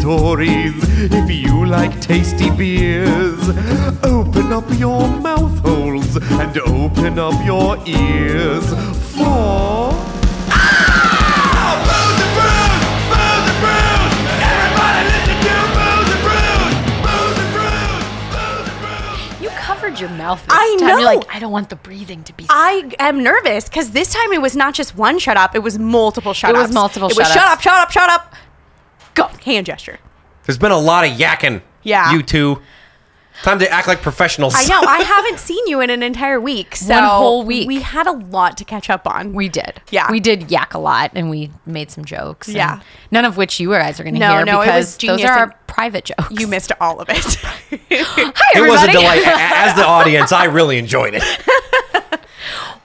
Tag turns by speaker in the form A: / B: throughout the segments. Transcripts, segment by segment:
A: stories. If you like tasty beers, open up your mouth holes and open up your ears for.
B: You covered your mouth this
C: I
B: time.
C: know.
B: You're like, I don't want the breathing to be.
C: I am nervous because this time it was not just one shut up; it was multiple shut ups.
B: was multiple
C: It was
B: shut
C: shut
B: ups.
C: up, shut up, shut up. Go hand gesture.
D: There's been a lot of yakking.
C: Yeah.
D: You two. Time to act like professionals.
C: I know. I haven't seen you in an entire week. So
B: whole week.
C: We had a lot to catch up on.
B: we did.
C: Yeah.
B: We did yak a lot and we made some jokes. and
C: Yeah.
B: None of which you guys are going to
C: No,
B: hear
C: no, it was
B: because those
C: genius
B: are
C: and-
B: our private jokes.
C: you missed all of it.
B: Hi,
D: it was a
B: everybody.
D: delight. A- As the audience, I really enjoyed it.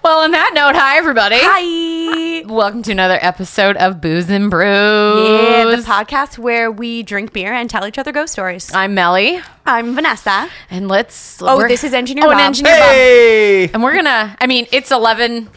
B: Well, on that note, hi, everybody.
C: Hi.
B: Welcome to another episode of Booze and Brews.
C: Yeah, the podcast where we drink beer and tell each other ghost stories.
B: I'm Melly.
C: I'm Vanessa.
B: And let's.
C: Oh,
B: we're-
C: this is Engineer
B: Oh, and
C: Bob.
B: Engineer Bob.
D: Hey!
B: and we're gonna i mean it's 11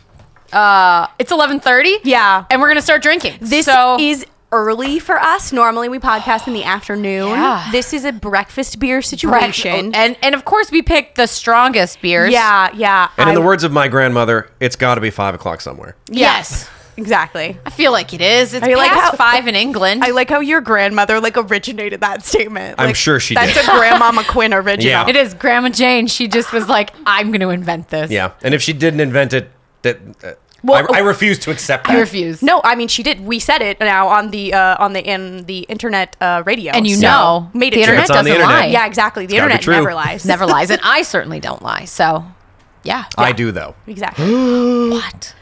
B: uh it's 11.30
C: Yeah.
B: and we're gonna start drinking
C: This
B: so
C: is early for us. Normally we podcast in the afternoon.
B: Yeah.
C: This is a breakfast beer
B: correct.
C: situation.
B: and and of course we picked the strongest beers
C: yeah, yeah.
D: And in the
C: I-
D: words of my grandmother, it's got to be five o'clock somewhere.
B: yes
C: exactly.
B: i feel like it is it's
C: I
B: past
C: like how-
B: five in england
C: I like how your grandmother like originated that statement.
D: I'm
C: Like,
D: sure she
C: That's
D: did.
C: a grandmama Quinn original.
D: Yeah.
B: it is grandma jane she just was like i'm gonna invent this
D: Yeah. And if she didn't invent it, that uh,
C: Well,
D: I, I refuse to accept that.
B: i refuse
C: No, I mean she did. We said it now on the uh, on the in the internet uh, radio,
B: and you
C: so
B: know
C: made it
B: the
C: true.
B: internet
D: It's on
B: doesn't
D: the internet.
B: lie
C: Yeah, exactly. The
D: gotta be
C: internet
D: true.
C: never lies.
B: never lies and i certainly don't lie so yeah
D: I do, though.
C: Exactly.
B: what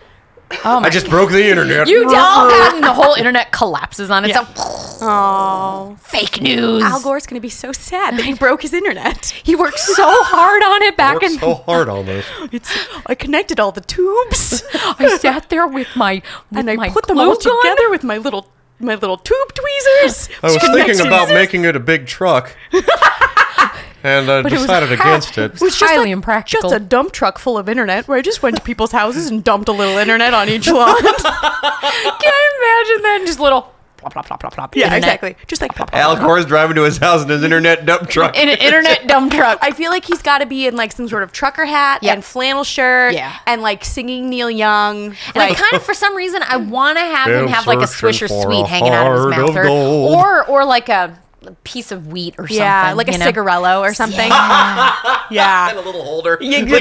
B: oh my
D: I just broke the internet.
B: you don't and the whole internet collapses on itself
C: Oh,
B: fake news
C: Al Gore's gonna be so sad that he broke his internet.
B: He worked so hard on it back
D: Worked
B: in.
D: so hard on this.
C: It's, I connected all the tubes
B: I sat there with my with
C: and
B: my
C: I put them
B: glue
C: all
B: gun.
C: together with my little my little tube tweezers.
D: I was thinking
C: Connections.
D: about making it a big truck, and I
C: it was
D: decided
C: ha-
D: against it.
C: was just
B: Highly
C: like-
B: impractical.
C: Just a dump truck full of internet where I just went to people's houses and dumped a little internet on each lawn.
B: Can you imagine that? Just little plop plop plop plop plop.
C: yeah,
B: internet.
C: exactly. Just like pop, pop,
D: Al
C: pop.
D: Gore's driving to his house in his internet dump truck.
B: In an internet dump truck.
C: I feel like he's got to be in like some sort of trucker hat
B: Yep.
C: and flannel shirt
B: Yeah.
C: and like singing Neil Young.
B: And I
C: like-
B: kind of, for some reason, I want to have him
D: Been
B: have like a Swisher
D: searching for
B: Sweet
D: a
B: hanging out of his
D: heart
B: mouth,
D: of
B: or,
D: gold.
B: or or like a piece of wheat or something.
C: yeah, uh, like a
B: you know?
C: cigarello or something.
D: a
C: Yeah.
D: little holder.
C: Yeah, yeah,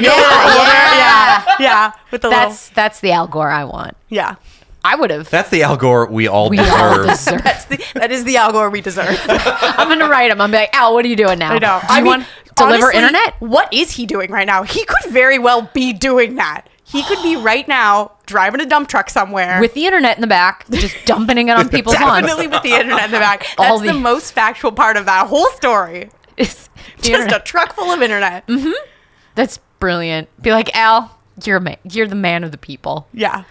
C: yeah, yeah. With the
B: That's that's the Al Gore I want.
C: little, yeah.
B: I would have.
D: That's the Al Gore we all
B: We all
D: deserve.
B: deserve.
C: That's the, that is the Al Gore we deserve.
B: I'm gonna write him. I'm like, Al, what are you doing now?
C: I know.
B: Do you
C: I mean,
B: want deliver
C: honestly,
B: internet?
C: What is he doing right now? He could very well be doing that. He could be right now driving a dump truck somewhere
B: with the internet in the back, just dumping it on people's lawns.
C: definitely with the internet in the back. That's
B: All
C: the,
B: the-
C: most factual part of that whole story.
B: It's the
C: Just
B: internet.
C: a truck full of internet.
B: That's brilliant. Be like Al, you're a ma- you're the man of the people.
C: Yeah.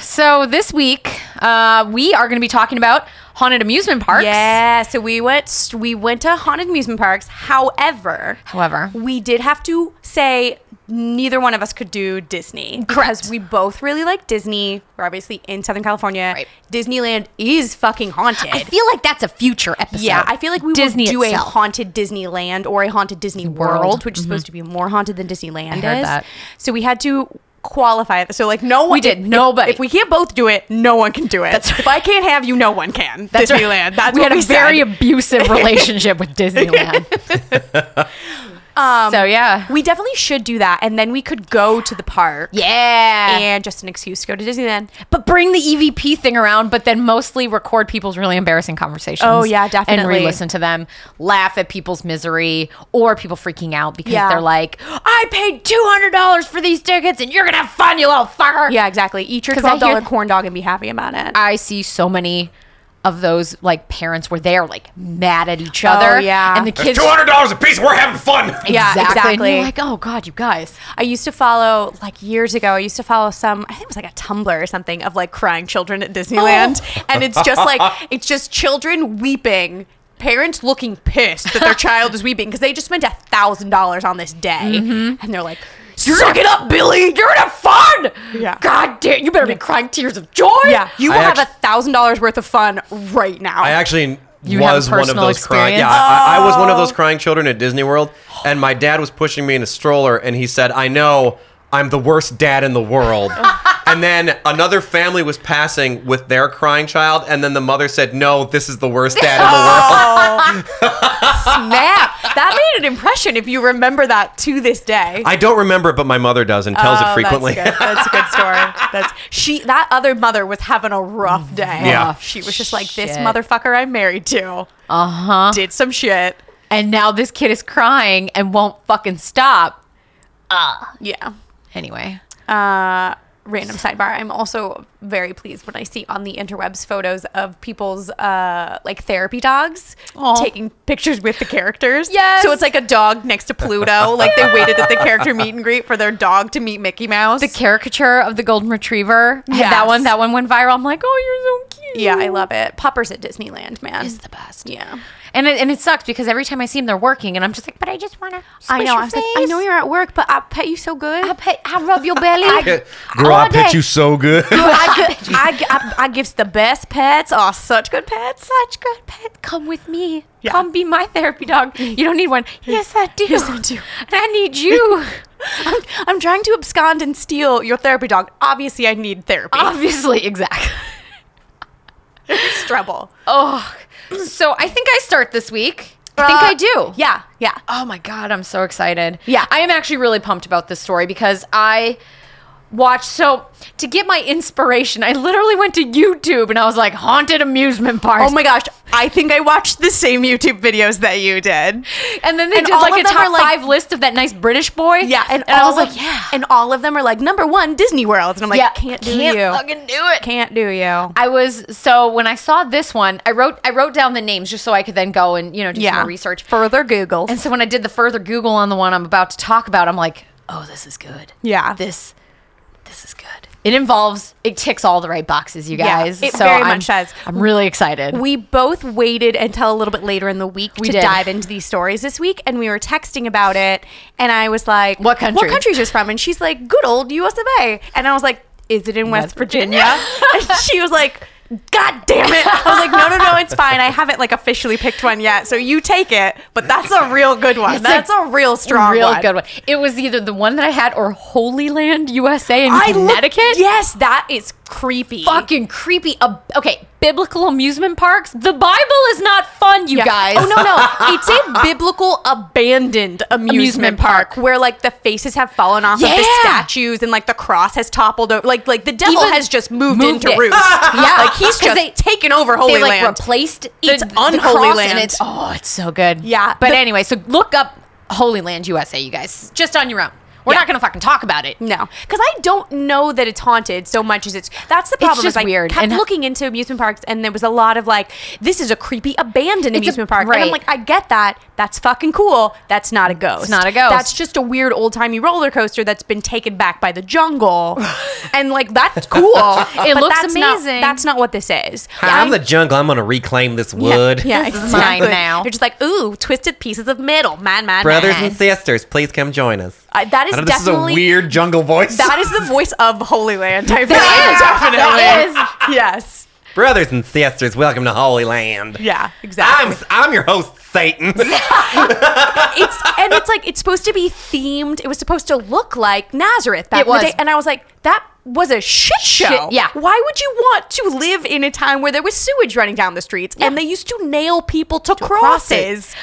B: So this week, uh, we are going to be talking about haunted amusement parks.
C: Yeah, so we went we went to haunted amusement parks. However,
B: However.
C: we did have to say neither one of us could do Disney because we both really like Disney. We're obviously in Southern California.
B: Right.
C: Disneyland is fucking haunted.
B: I feel like that's a future episode.
C: yeah, I feel like we
B: Disney
C: will do
B: itself.
C: a haunted Disneyland or a haunted Disney World,
B: World. Mm-hmm.
C: which is supposed to be more haunted than Disneyland
B: heard
C: is.
B: that.
C: So we had to qualify it. So like no one
B: did.
C: if-
B: Nobody.
C: If, we can't both do it, no one can do it.
B: That's
C: if I can't have you, no one can.
B: That's right.
C: Disneyland. That's
B: we
C: what
B: had a
C: we said.
B: very abusive relationship with Disneyland. so yeah,
C: We definitely should do that, and then we could go to the park.
B: yeah.
C: And just an excuse to go to Disneyland.
B: but bring the EVP thing around, but then mostly record people's really embarrassing conversations.
C: Oh, yeah, definitely.
B: And re-listen to them, laugh at people's misery or people freaking out because
C: Yeah.
B: they're like, "I paid two hundred dollars for these tickets, and you're gonna have fun, you little fucker."
C: Yeah, exactly. Eat your
B: 'Cause I hear
C: twelve dollar
B: th-
C: corn dog and be happy about it.
B: I see so many of those like parents where they're like mad at each other.
C: Oh, yeah.
B: and the
D: It's
B: kids.
D: two hundred dollars a piece. We're having fun.
C: Yeah,
B: And you're
C: exactly.
B: like, oh god, you guys.
C: I used to follow like years ago. I used to follow some. I think it was like a Tumblr or something of like crying children at Disneyland, and it's just like it's just children weeping. Parents looking pissed that their child is weeping because they just spent a thousand dollars on this day, and they're like,
B: Suck it up, Billy. You're gonna have fun.
C: Yeah.
B: God damn, you better be crying tears of joy.
C: "Yeah, you
D: I
C: will have a
D: actu-
C: thousand dollars worth of fun right now."
D: I actually
B: You have a
D: was one of
B: personal
D: those crying. Yeah,
B: experience?
D: I, I- I was one of those crying children at Disney World, and my dad was pushing me in a stroller, and he said, "I know I'm the worst dad in the world." and then another family was passing with their crying child, and then the mother said, "No, this is the worst dad in the world."
C: Snap. That made an impression if you remember that to this day.
D: I don't remember it, but my mother does and tells it
C: Oh,
D: frequently.
C: That's, good. that's a good story. That's she. That other mother was having a rough day.
D: Yeah. Rough
C: she was just like this
B: shit.
C: motherfucker I'm married to. Uh
B: Uh-huh.
C: huh. Did some shit.
B: And now this kid is crying and won't fucking stop.
C: Yeah.
B: Anyway.
C: Uh, random sidebar. I'm also very pleased when I see on the interwebs photos of people's uh, like therapy dogs
B: Aw.
C: taking pictures with the characters.
B: Yes.
C: So it's like a dog next to Pluto. like they waited at the character meet and greet for their dog to meet Mickey Mouse.
B: The caricature of the golden retriever. Yeah, That
C: Yes.
B: one, that one went viral. I'm like, oh, you're so cute.
C: yeah, I love it. Poppers at Disneyland, man.
B: Is the best.
C: yeah.
B: And it, and it sucks because every time I see them, they're working, and I'm just like, but I just want to.
C: I know. I was like, I know you're at work, but I pet you so good.
B: I, pet, I rub your belly. I,
A: Girl,
B: all
A: I pet
B: day.
A: you so good.
C: I, gi- I, gi- I, I gives the best pets. Oh, such good pets.
B: Such good pet. Come with me.
C: Yeah.
B: Come be my therapy dog. You don't need one. Yes, I do.
C: Yes, I do.
B: And I need you.
C: I'm, I'm trying to abscond and steal your therapy dog. Obviously, I need therapy.
B: Obviously, exactly.
C: It's trouble.
B: Oh, so I think I start this week. I think
C: Uh,
B: I do.
C: Yeah, yeah.
B: Oh my God, I'm so excited.
C: Yeah.
B: I am actually really pumped about this story because I watched. So, to get my inspiration, I literally went to YouTube and I was like, haunted amusement parks.
C: Oh my gosh, I think I watched the same YouTube videos that you did.
B: And then they
C: And
B: did
C: all
B: like
C: of
B: a
C: them
B: top
C: are, like-
B: five list of that nice British boy.
C: Yeah,
B: And,
C: and,
B: I
C: all
B: was like,
C: of-
B: yeah.
C: And all of them are like number one Disney World, and I'm like,
B: yeah.
C: can't do
B: can't
C: you,
B: fucking do it.
C: can't do you.
B: I was so when I saw this one, I wrote I wrote down the names just so I could then go and you know do some more research.
C: Further Google.
B: And so when I did the further Google on the one I'm about to talk about, I'm like, oh, this is good.
C: Yeah.
B: This this is good. It involves it ticks all the right boxes, you
C: Yeah,
B: guys.
C: it
B: so
C: very
B: I'm,
C: much does.
B: I'm really excited.
C: we both waited until a little bit later in the week to
B: did.
C: dive into these stories this week and we were texting about it and i was like
B: What country?
C: what country is this from and she's like good old us of a and i was like is it in west,
B: West
C: virginia, and she was like god damn it i was like no no no it's fine i haven't like officially picked one yet so you take it but that's a real good one that's a, real strong
B: real
C: one
B: good one. It was either the one that I had or Holy Land, USA in
C: I look-
B: Connecticut.
C: yes that is creepy
B: fucking creepy. Ab- okay, biblical amusement parks. The Bible is not fun, you
C: Yeah.
B: guys.
C: Oh no, no. It's a biblical abandoned amusement,
B: Amusement
C: park,
B: park.
C: where like the faces have fallen off of the
B: Yeah.
C: statues and like the cross has toppled over. Like like the devil
B: Even
C: has just moved,
B: moved
C: into
B: it.
C: roost.
B: Yeah.
C: Like he's
B: 'Cause
C: just
B: they-
C: taken over Holy
B: They like
C: Land.
B: replaced the,
C: It's
B: the
C: unholy
B: cross
C: land.
B: And it's, oh, it's so good.
C: Yeah,
B: But
C: the-
B: anyway, so look up Holy Land USA, you guys, just on your own. We're
C: Yeah.
B: not gonna fucking talk about it.
C: no, because I don't know that it's haunted so much as it's. That's the problem. is
B: just
C: I
B: weird.
C: Kept
B: And-
C: looking into amusement parks, and there was a lot of like, "This is a creepy abandoned
B: It's a-
C: amusement park." And I'm
B: right.
C: like, "I get that. That's fucking cool. That's not a ghost.
B: not a ghost.
C: That's just a weird old timey roller coaster that's been taken back by the jungle, and like that's cool. it
B: looks
C: that's not-
B: amazing.
C: that's not what this is.
D: I'm the jungle. I'm gonna reclaim this wood.
C: Yeah,
B: This is mine
C: exactly.
B: now.
C: You're just like, ooh, twisted pieces of metal, man, man,
D: Brothers
C: man.
D: and sisters, please come join us.
C: I- that is
D: I know this is a
C: definitely
D: weird jungle voice.
C: that is the voice of Holy Land. I feel
B: is.
C: like,
B: That
C: definitely. Yes.
D: Brothers and sisters, welcome to Holy Land.
C: Yeah, exactly.
D: I'm I'm your host, Satan.
C: it's and it's like it's supposed to be themed. It was supposed to look like Nazareth back
B: It
C: in the
B: was.
C: day, and I was like, that was a shit show.
B: yeah.
C: Why would you want to live in a time where there was sewage running down the streets and they used to nail people to,
B: cross it.
C: crosses?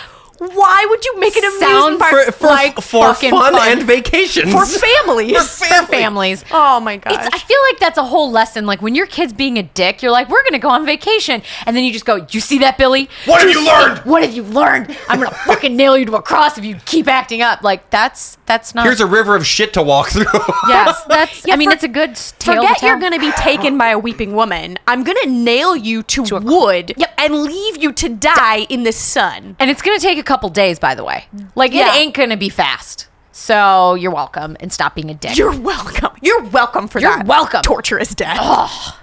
C: Why would you make an amusement
B: Sounds
C: park
D: for, for,
B: Like
D: for
B: fucking
D: fun,
B: fun.
D: and vacations.
C: for families?
B: For families.
C: Oh my gosh.
B: It's, I feel like that's a whole lesson. Like when your kid's being a dick, you're like, "We're gonna go on vacation," and then you just go, "You see that, Billy?
D: What have you
B: see-
D: learned?"
B: What have you learned? I'm gonna fucking nail you to a cross if you keep acting up." Like that's that's not.
D: Here's a river of shit to walk through.
B: yes, that's.
C: Yeah,
B: I mean,
C: for-
B: it's a good s- tale.
C: Forget
B: to
C: you're
B: tell.
C: going to be taken by a weeping woman. I'm going to nail you to, wood
B: Yep.
C: and leave you to die in the sun.
B: And it's going to take a couple days, by the way. Like,
C: Yeah.
B: it ain't going to be fast. So you're welcome and stop being a dick.
C: You're welcome. You're welcome for
B: You're
C: that.
B: welcome.
C: Torturous death.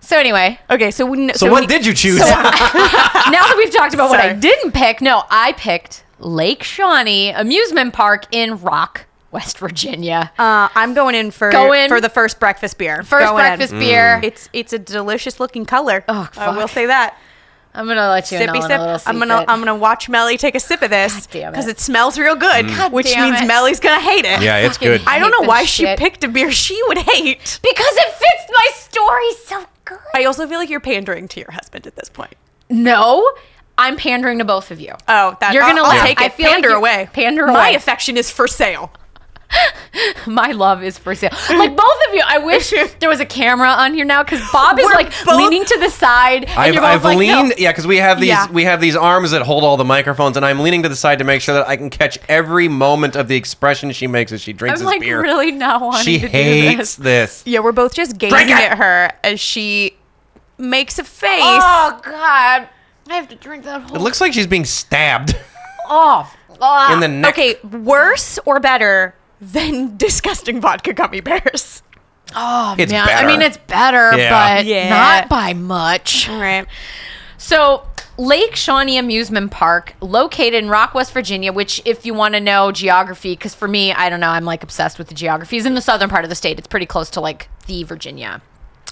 B: so, anyway,
C: Okay, so we,
D: so what did you choose?
B: now that we've talked about what I
C: Sorry.
B: didn't pick, no, I picked Lake Shawnee Amusement Park in Rock, West Virginia.
C: Uh, I'm going in for
B: Go in.
C: for the first breakfast beer.
B: First
C: Go in.
B: breakfast beer.
C: It's it's a delicious looking color.
B: Oh,
C: I will
B: fuck.
C: say that.
B: I'm gonna let you know
C: Sippy
B: on
C: sip.
B: a little
C: I'm gonna um,
B: secret.
C: I'm gonna watch Melly take a sip of this
B: damn it.
C: because it. smells real good, which
B: damn
C: means
B: it.
C: Melly's gonna hate it.
D: Mm. Yeah, it's
B: Fucking
D: good.
C: I don't
B: hate
C: know
B: this
C: why
B: shit.
C: she picked a beer she would hate.
B: because it fits my story so good.
C: I also feel like you're pandering to your husband at this point.
B: No, I'm pandering to both of you.
C: Oh, that
B: You're gonna
C: I'll, I'll
B: laugh.
C: take it.
B: I feel like
C: pander
B: you-
C: away.
B: pander
C: My
B: away.
C: affection is for sale.
B: my love is for sale. Like both of you, I wish there was a camera on here now because Bob is
C: We're
B: like
C: both-
B: leaning to the side. And
D: I've,
B: you're both
D: I've
B: like,
D: leaned,
B: No.
D: yeah, because we have these
C: Yeah.
D: we have these arms that hold all the microphones, and I'm leaning to the side to make sure that I can catch every moment of the expression she makes as she drinks
B: I'm
D: this
B: like
D: beer.
B: really not wanting
D: she
B: to do this.
D: hates this.
C: Yeah, we're both just
D: Drink
C: gazing
D: it!
C: at her as she makes a face.
B: Oh God, I have to drink that whole.
D: It looks like she's being stabbed
B: off. Ah.
D: in the neck.
C: okay, worse or better than disgusting vodka gummy bears.
B: Oh,
D: It's
B: man. I
D: better.
B: mean, it's better,
D: Yeah.
B: but
C: Yeah.
B: not by much.
C: All right.
B: So, Lake Shawnee Amusement Park, located in Rock, West Virginia, which, if you want to know geography, because for me, I don't know, I'm like obsessed with the geography. It's in the southern part of the state. It's pretty close to like the Virginia.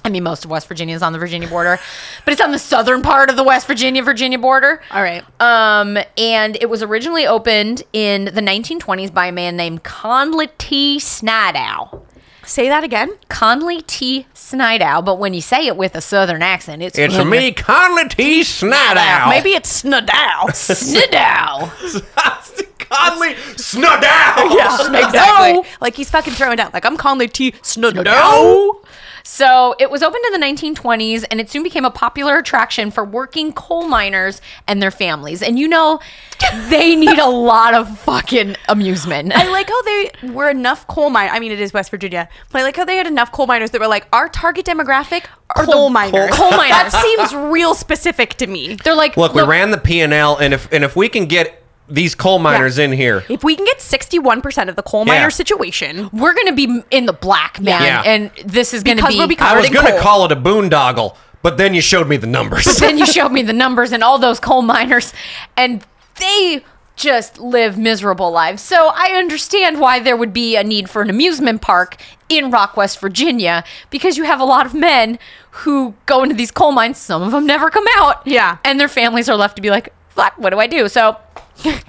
B: I mean, most of West Virginia is on the Virginia border, but it's on the southern part of the West Virginia Virginia border.
C: All right.
B: Um, and it was originally opened in the 1920s by a man named Conley T. Snidow.
C: Say that again.
B: Conley T. Snidow, but when you say it with a southern accent, it's
D: It's
B: fucking
D: me, Conley T. Snidow.
C: Maybe it's Snadow.
B: Snidow.
D: Conley Snidow.
C: exactly. Like he's fucking throwing down. Like I'm Conley T. Snadow.
D: Snodow.
B: so it was opened in the 1920s, and it soon became a popular attraction for working coal miners and their families. And you know, they need a lot of fucking amusement.
C: I like how they were enough coal mine. I mean, it is West Virginia, but I like how they had enough coal miners that were like, our target demographic are
B: Coal-
C: coal miners.
B: coal- coal
C: That
B: miners.
C: seems real specific to me.
B: They're like,
D: Look, we ran the P and L, and if and if we can get these coal miners in here,
C: If we can get 61% of the coal
D: Yeah.
C: miner situation,
B: We're gonna be in the black, man,
D: Yeah.
B: and this is gonna
C: Because
B: be.
C: we'll be co-
D: I was
C: in
D: gonna
C: coal.
D: call it a boondoggle, but then you showed me the numbers.
B: then you showed me the numbers and all those coal miners, and they just live miserable lives. So I understand why there would be a need for an amusement park in Rock, West Virginia, because you have a lot of men who go into these coal mines. Some of them never come out.
C: Yeah.
B: And their families are left to be like, fuck, what do I do? So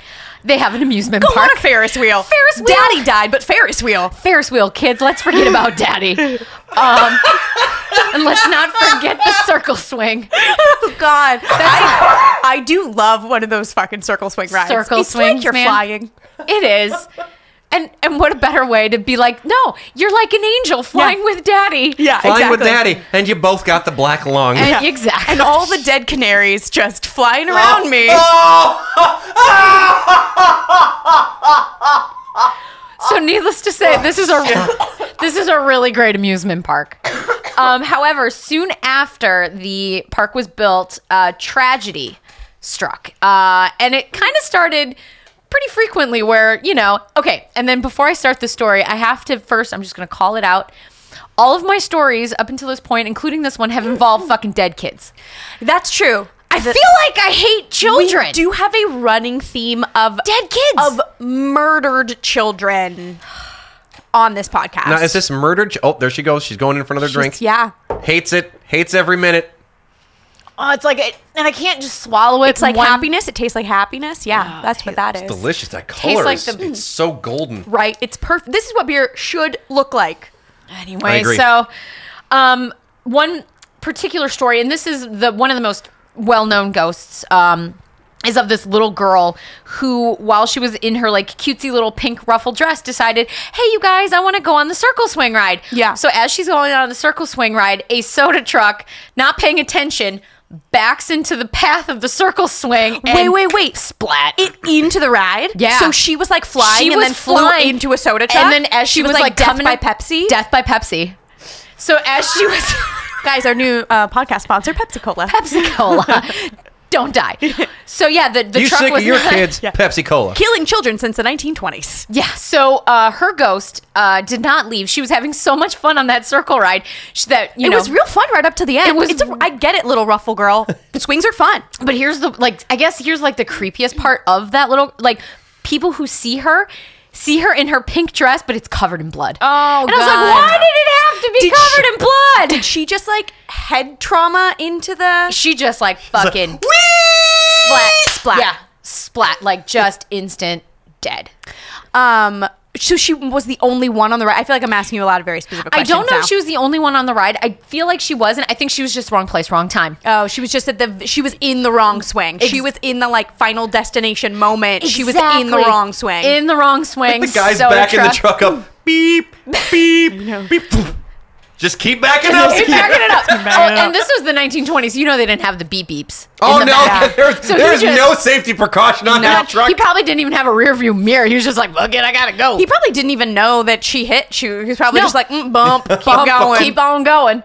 B: they have an amusement
C: go
B: park.
C: on a Ferris wheel.
B: Ferris wheel.
C: Daddy died, but Ferris wheel.
B: Ferris wheel, kids. Let's forget about daddy. Um, and let's not forget the circle swing.
C: Oh, God. I, I do love one of those fucking circle swing rides.
B: Circle
C: it's like
B: swings,
C: you're
B: man.
C: flying.
B: It is. And and what a better way to be like, no, you're like an angel flying
C: Yeah.
B: with daddy.
C: Yeah,
D: Flying
C: exactly.
D: with Daddy, and you both got the black lung.
B: And- Exactly.
C: And all the dead canaries just flying
B: Oh,
C: around me.
B: So needless to say, this is a this is a really great amusement park. Um, however, soon after the park was built, uh, tragedy struck, uh, and it kind of started pretty frequently. Where you know, okay, and then before I start the story, I have to first. I'm just going to call it out. All of my stories up until this point, including this one, have involved fucking dead kids.
C: That's true.
B: I feel like I hate children.
C: We do have a running theme of
B: Dead kids.
C: of murdered children on this podcast.
D: Now, is this murdered? ch- Oh, there she goes. She's going in for another drink.
C: Yeah.
D: Hates it. Hates every minute.
B: Oh, it's like, it, and I can't just swallow it.
C: It's like
B: one-
C: happiness. It tastes like happiness. Yeah, that's what that is.
D: Delicious. That color
B: like
D: is
B: the-
D: it's so golden.
C: Right. It's perfect. This is what beer should look like.
D: I
B: anyway
D: agree.
B: so um, one particular story and this is the one of the most well-known ghosts um, is of this little girl who while she was in her like cutesy little pink ruffled dress decided hey you guys i want to go on the circle swing ride
C: Yeah.
B: so as she's going on the circle swing ride a soda truck not paying attention backs into the path of the circle swing and
C: Wait, wait, wait.
B: splat
C: It into the ride.
B: Yeah.
C: So she was like flying
B: she
C: and
B: was
C: then
B: flying
C: flew into a soda truck.
B: and then as she, was, like,
C: death
B: coming
C: by
B: up-
C: Pepsi.
B: death by Pepsi. So as she was
C: Guys, our new uh, podcast sponsor, Pepsi Cola.
B: Pepsi Cola, don't die. So yeah, the the
D: you
B: truck
D: sick
B: was
D: of your
B: not-
D: kids?
C: Yeah.
D: Pepsi Cola.
C: Killing children since the 1920s.
B: Yeah, so uh, her ghost uh, did not leave. She was having so much fun on that circle ride sh- that you
C: it
B: know
C: was real fun right up to the end.
B: It was-
C: It's a, I get it, little ruffle girl. Swings are fun.
B: But here's the like I guess here's like the creepiest part of that little like people who see her see her in her pink dress, but it's covered in blood.
C: Oh,
B: and I was
C: God.
B: like, why did it have to be
C: Did
B: covered
C: she-
B: in blood?
C: Did she just like head trauma into the?
B: she just like fucking
C: Splat, splat.
B: yeah splat like just instant dead.
C: Um. So she was the only one on the ride. I feel like I'm asking you a lot of very specific
B: I
C: questions.
B: don't know
C: now.
B: if she was the only one on the ride. I feel like she wasn't. I think she was just wrong place, wrong time.
C: Oh, she was just at the. She was in the wrong swing. she was in the like final destination moment. She was in the
B: Exactly.
C: wrong swing.
B: In the wrong swing.
D: The guy's
B: soda
D: backing the
B: truck.
D: truck up. Beep, beep, beep. Just keep backing up.
B: Keep backing it up.
C: backing it
B: Oh,
C: up.
B: and this was the 1920s. You know they didn't have the beep beeps. in
D: Oh
B: the
D: no,
B: back.
D: there's,
B: So he
D: there's
B: just-
D: no safety precaution on that truck.
B: He probably didn't even have a rear view mirror. He was just like, "Fuck it, I gotta go."
C: he probably didn't even know that she hit. She was probably
B: No.
C: just like mm, bump, keep going.
B: keep on going.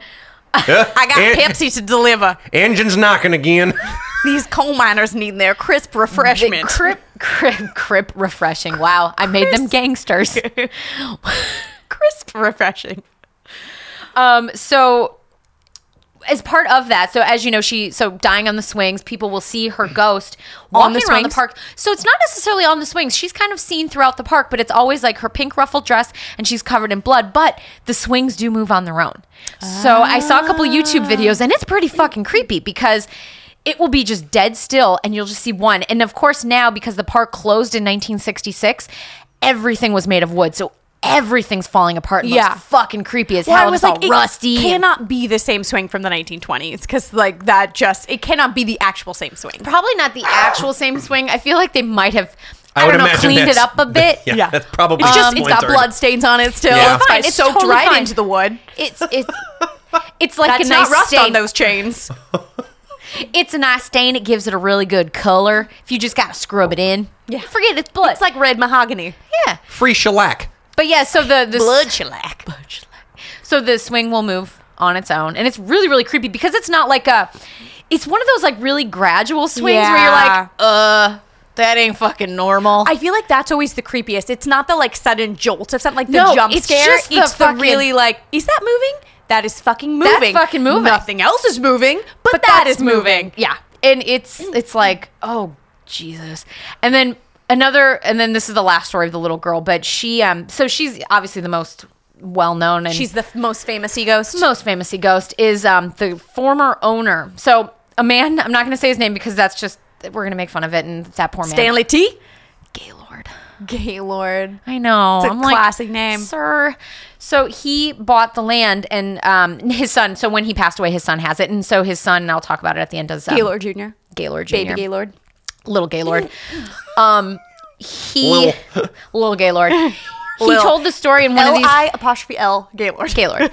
C: I got
D: En-
C: Pepsi to deliver.
D: Engine's knocking again.
C: These coal miners need their crisp
B: The
C: refreshment.
B: crip, crip, crip, refreshing. Wow, I made them gangsters.
C: crisp refreshing.
B: Um, so as part of that, so as you know, she so dying on the swings, people will see her ghost
C: On
B: walking
C: the
B: around the
C: swings?
B: park. So it's not necessarily on the swings. She's kind of seen throughout the park, but it's always like her pink ruffled dress and she's covered in blood. But the swings do move on their own. So I saw a couple YouTube
C: Ah.
B: videos and it's pretty fucking creepy because it will be just dead still and you'll just see one. And of course now because the park closed in 1966, everything was made of wood. So everything's falling apart and
C: Yeah.
B: looks fucking creepy as
C: Well,
B: hell.
C: I was
B: it's all
C: like, it
B: rusty. and-
C: cannot be the same swing from the 1920s because like that just it cannot be the actual same swing.
B: probably not the actual same swing. I feel like they might have. I,
D: would
B: don't know,
D: imagine
B: cleaned it
D: that's-
B: up a bit.
D: yeah, that's probably.
C: It's just it's got
D: splintered.
C: blood stains on it still.
D: Yeah.
C: It's fine. It's soaked
B: totally
C: right
B: fine.
C: into the wood.
B: It's it's it's like
C: That's
B: a nice
C: not rust
B: stain.
C: on those chains.
B: It's a nice stain. It gives it a really good color. If you just gotta scrub it in, yeah. Forget it's blood.
C: It's like red mahogany.
B: yeah.
D: Free shellac.
B: But yeah, so the the
C: shellac. Blood shellac.
B: so the swing will move on its own, and it's really really creepy because it's not like a. It's one of those like really gradual swings where you're like, uh, that ain't fucking normal.
C: I feel like that's always the creepiest. It's not the like sudden jolt of something like the
B: No,
C: jump
B: it's
C: scare.
B: just the
C: it's the
B: fucking-
C: really like, is that moving? That is fucking moving.
B: That's fucking moving.
C: Nothing else is moving, but,
B: but
C: that
B: that's
C: is moving.
B: Yeah, and it's it's like oh Jesus, and then another, and then this is the last story of the little girl. But she, um, so she's obviously the most well known, and
C: She's the f- most famous sea ghost.
B: most famous sea ghost is um the former owner. So a man, I'm not going to say his name because that's just we're going to make fun of it, and that poor man,
C: Stanley T.
B: Gaylord.
C: Gaylord.
B: I know.
C: It's a
B: I'm
C: classic
B: like,
C: name.
B: sir. So he bought the land, and um, his son. So when he passed away, his son has it, and so his son. And I'll talk about it at the end. Does um,
C: Gaylord Jr.
B: Gaylord Jr.
C: Baby Gaylord.
B: little Gaylord. Um, he
D: Lil.
B: little, Gaylord. He
C: Lil.
B: told the story in one of
C: L
B: these
C: I apostrophe L Gaylord.
B: Gaylord.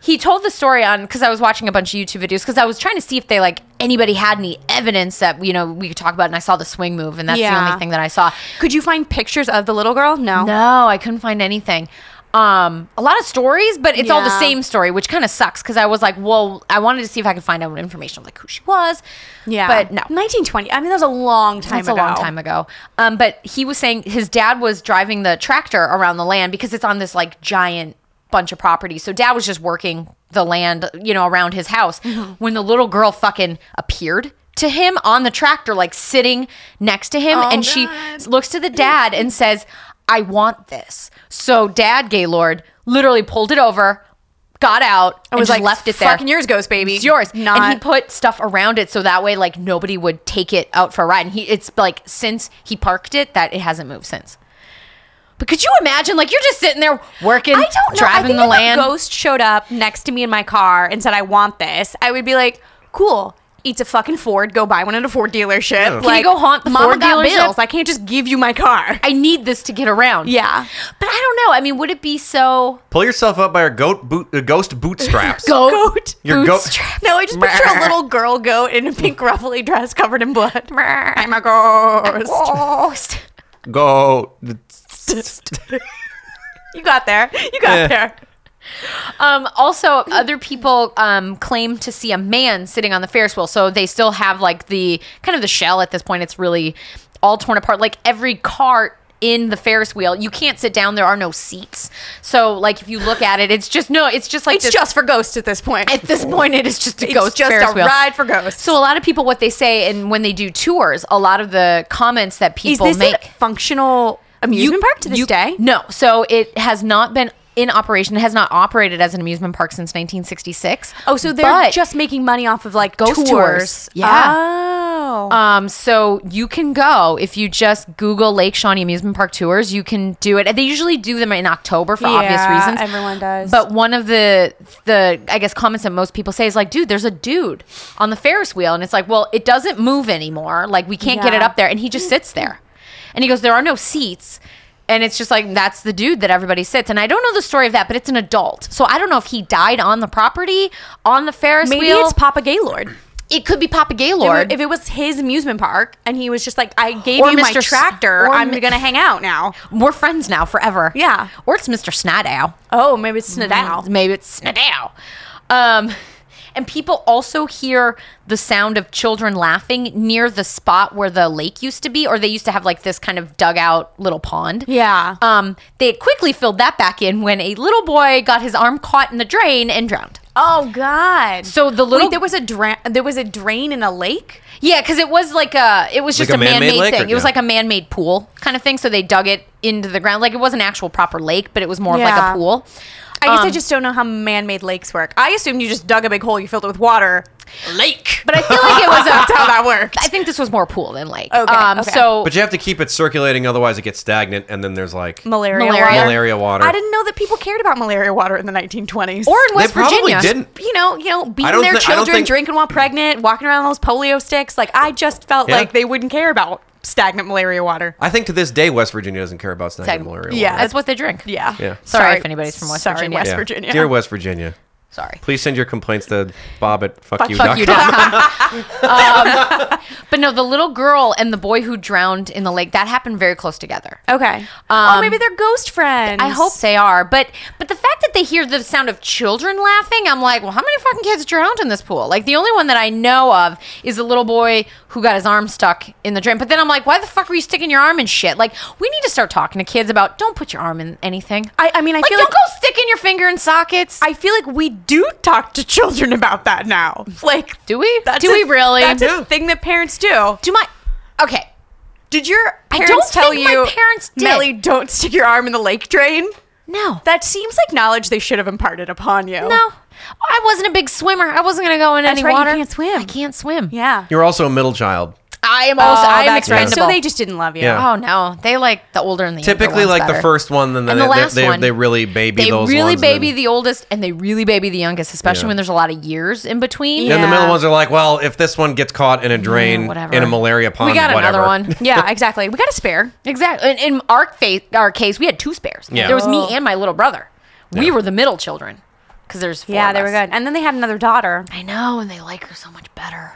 B: He told the story on because I was watching a bunch of YouTube videos because I was trying to see if they like anybody had any evidence that you know we could talk about, and I saw the swing move, and that's the
C: Yeah.
B: only thing that I saw.
C: Could you find pictures of the little girl? No.
B: No, I couldn't find anything. Um, a lot of stories, but it's all the
C: Yeah.
B: same story, which kind of sucks because I was like, well, I wanted to see if I could find out information like who she was.
C: Yeah.
B: but no,
C: 1920. I mean, that was a long time
B: That's
C: ago.
B: a long time ago. Um, but he was saying his dad was driving the tractor around the land because it's on this like giant bunch of property. So dad was just working the land, you know, around his house
C: Mm-hmm.
B: when the little girl fucking appeared to him on the tractor, like sitting next to him. and
C: Oh, God.
B: she looks to the dad and says, I want this. So dad, Gaylord, literally pulled it over, got out, and
C: It was
B: just
C: like
B: left it there.
C: Fucking yours goes, baby.
B: It's yours.
C: Not
B: And he put stuff around it so that way, like nobody would take it out for a ride. And he, it's like since he parked it, that it hasn't moved since. But could you imagine? Like you're just sitting there working,
C: I don't know. I
B: driving
C: think
B: the
C: if
B: land.
C: A ghost showed up next to me in my car and said, "I want this." I would be like, "Cool." It's a fucking Ford. Go buy one at a Ford dealership. Like,
B: you go haunt the
C: Mama
B: Ford
C: got
B: dealership?
C: bills. I can't just give you my car.
B: I need this to get around.
C: Yeah.
B: but I don't know. I mean, would it be so
D: Pull yourself up by your goat boot, uh, ghost bootstraps.
B: goat?
C: Goat.
D: Your goat.
C: No, I just picture a little girl goat in a pink ruffly dress covered in blood. I'm a ghost.
B: Ghost.
D: Goat.
C: You got there. You got
D: Yeah.
C: there.
B: Um, also, other people um, claim to see a man sitting on the Ferris wheel, so they still have like the kind of the shell at this point. It's really all torn apart. Like every car in the Ferris wheel, you can't sit down. There are no seats. So, like if you look at it, it's just no. It's just like
C: It's
B: this-
C: just for ghosts at this point.
B: at this point, it is just a
C: It's
B: ghost
C: just
B: Ferris
C: a
B: wheel.
C: ride for ghosts.
B: So a lot of people, what they say, and when they do tours, a lot of the comments that
C: Is
B: people
C: this
B: make.
C: a functional amusement park to this
B: you-
C: day?
B: No. So it has not been in operation. It has not operated as an amusement park since 1966.
C: Oh, so they're
B: But,
C: just making money off of like
B: Ghost
C: tours.
B: tours. Yeah.
C: Oh.
B: Um, so you can go if you just Google Lake Shawnee Amusement Park tours. You can do it. And They usually do them in October for obvious
C: Yeah,
B: reasons.
C: everyone does.
B: But one of the the I guess comments that most people say is like, "Dude, there's a dude on the Ferris wheel," and it's like, "Well, it doesn't move anymore. Like we can't get it
C: Yeah.
B: up there." And he just sits there, and he goes, "There are no seats." And it's just like that's the dude that everybody sits. And I don't know the story of that, but it's an adult. So I don't know if he died on the property, on the Ferris
C: Maybe
B: wheel.
C: it's Papa Gaylord.
B: it could be Papa
C: Or
B: Gaylord.
C: if it was his amusement park and he was just like, I gave
B: Or
C: you my
B: Mr. S-
C: tractor,
B: or
C: I'm
B: Mi-
C: going to hang out now.
B: We're friends now forever.
C: Yeah.
B: Or it's Mr. Snadow.
C: Oh, maybe it's Nadal.
B: Maybe it's Snadow. Um, and people also hear the sound of children laughing near the spot where the lake used to be, or they used to have like this kind of dugout little pond.
C: Yeah.
B: Um, they quickly filled that back in when a little boy got his arm caught in the drain and drowned.
C: Oh God. Oh.
B: So the little-
C: Wait, there was a dra- there was a drain in a lake.
B: Yeah, because it was like a it was
D: Like
B: just
D: a
B: a man-made,
D: man-made lake or
B: thing. It was
D: no?
B: like a man-made pool kind of thing. So they dug it into the ground, like it was an actual proper lake, but it was more of like
C: Yeah.
B: a pool.
C: I guess I
B: Um,
C: just don't know how man-made lakes work. I assumed you just dug a big hole, you filled it with water. Lake.
B: But I feel like it was a
C: That's how that worked.
B: I think this was more pool than lake.
C: Okay,
B: um,
C: okay.
B: So
D: But you have to keep it circulating, otherwise it gets stagnant, and then there's like
C: Malaria.
B: Malaria.
C: Water.
D: Malaria water.
C: I didn't know that people cared about malaria water in the 1920s.
B: or in West
D: probably
B: Virginia,
D: didn't.
C: you know, you know, beating
D: don't
C: their
D: thi- I don't
C: children,
D: think-
C: drinking while pregnant, walking around on those polio sticks. Like I just felt
D: Yeah.
C: like they wouldn't care about stagnant malaria water.
D: I think to this day West Virginia doesn't care about stagnant
B: Stag-
D: malaria.
C: Yeah.
D: water.
B: that's what they drink.
C: Yeah.
D: Yeah.
B: Sorry if anybody's from West
C: Sorry,
B: Virginia.
C: West
D: Yeah.
C: Virginia.
D: Dear West Virginia,
B: Sorry.
D: please send your complaints to Bob at fuck, you.
B: Fuck you. .com. um, but no, the little girl and the boy who drowned in the lake that happened very close together.
C: Okay. oh,
B: Um,
C: maybe they're ghost friends.
B: I hope they are, but but the fact that they hear the sound of children laughing, I'm like, well, how many fucking kids drowned in this pool? Like the only one that I know of is the little boy who got his arm stuck in the drain. But then I'm like, why the fuck are you sticking your arm in shit? Like we need to start talking to kids about don't put your arm in anything.
C: I, I mean, I
B: like
C: feel
B: don't
C: like
B: go sticking your finger in sockets.
C: I feel like we do talk to children about that now. Like,
B: do we?
C: that's
B: do
C: a-
B: we really?
C: That's
D: Yeah.
C: a thing that parents do.
B: do my okay.
C: Did your
B: I don't
C: parents tell
B: think my
C: you?
B: parents did.
C: Melly, don't stick your arm in the lake drain.
B: No.
C: That seems like knowledge they should have imparted upon you.
B: no. I wasn't a big swimmer. I wasn't gonna go in
C: That's
B: any
C: right, you
B: water.
C: can't swim.
B: I can't swim.
C: Yeah. Oh,
D: are also a middle child.
B: I am also I am
C: that's right.
B: expendable.
C: So they just didn't love you.
D: Yeah.
B: Oh no, they like the older and the younger
D: Typically,
B: ones
D: like the
B: better.
D: first one, then they,
B: and the last
D: they, they,
B: one.
D: they really baby
B: they
D: those.
B: really
D: ones,
B: baby
D: and then-
B: the oldest, and they really baby the youngest, especially
D: Yeah.
B: when there's a lot of years in between.
D: Then the middle
C: Yeah.
D: ones are like, well, if this one gets caught in a drain,
B: whatever.
D: in a malaria pond,
B: we got
D: whatever.
B: another one.
C: Yeah, exactly. We got a spare.
B: exactly. In, in our case, our case, we had two spares.
D: Yeah.
B: There was me
C: Oh.
B: and my little brother. We
D: Yeah.
B: were the middle children because there's four
C: Yeah,
B: of
C: they were
B: us.
C: good. And then they had another daughter.
B: I know, and they like her so much better.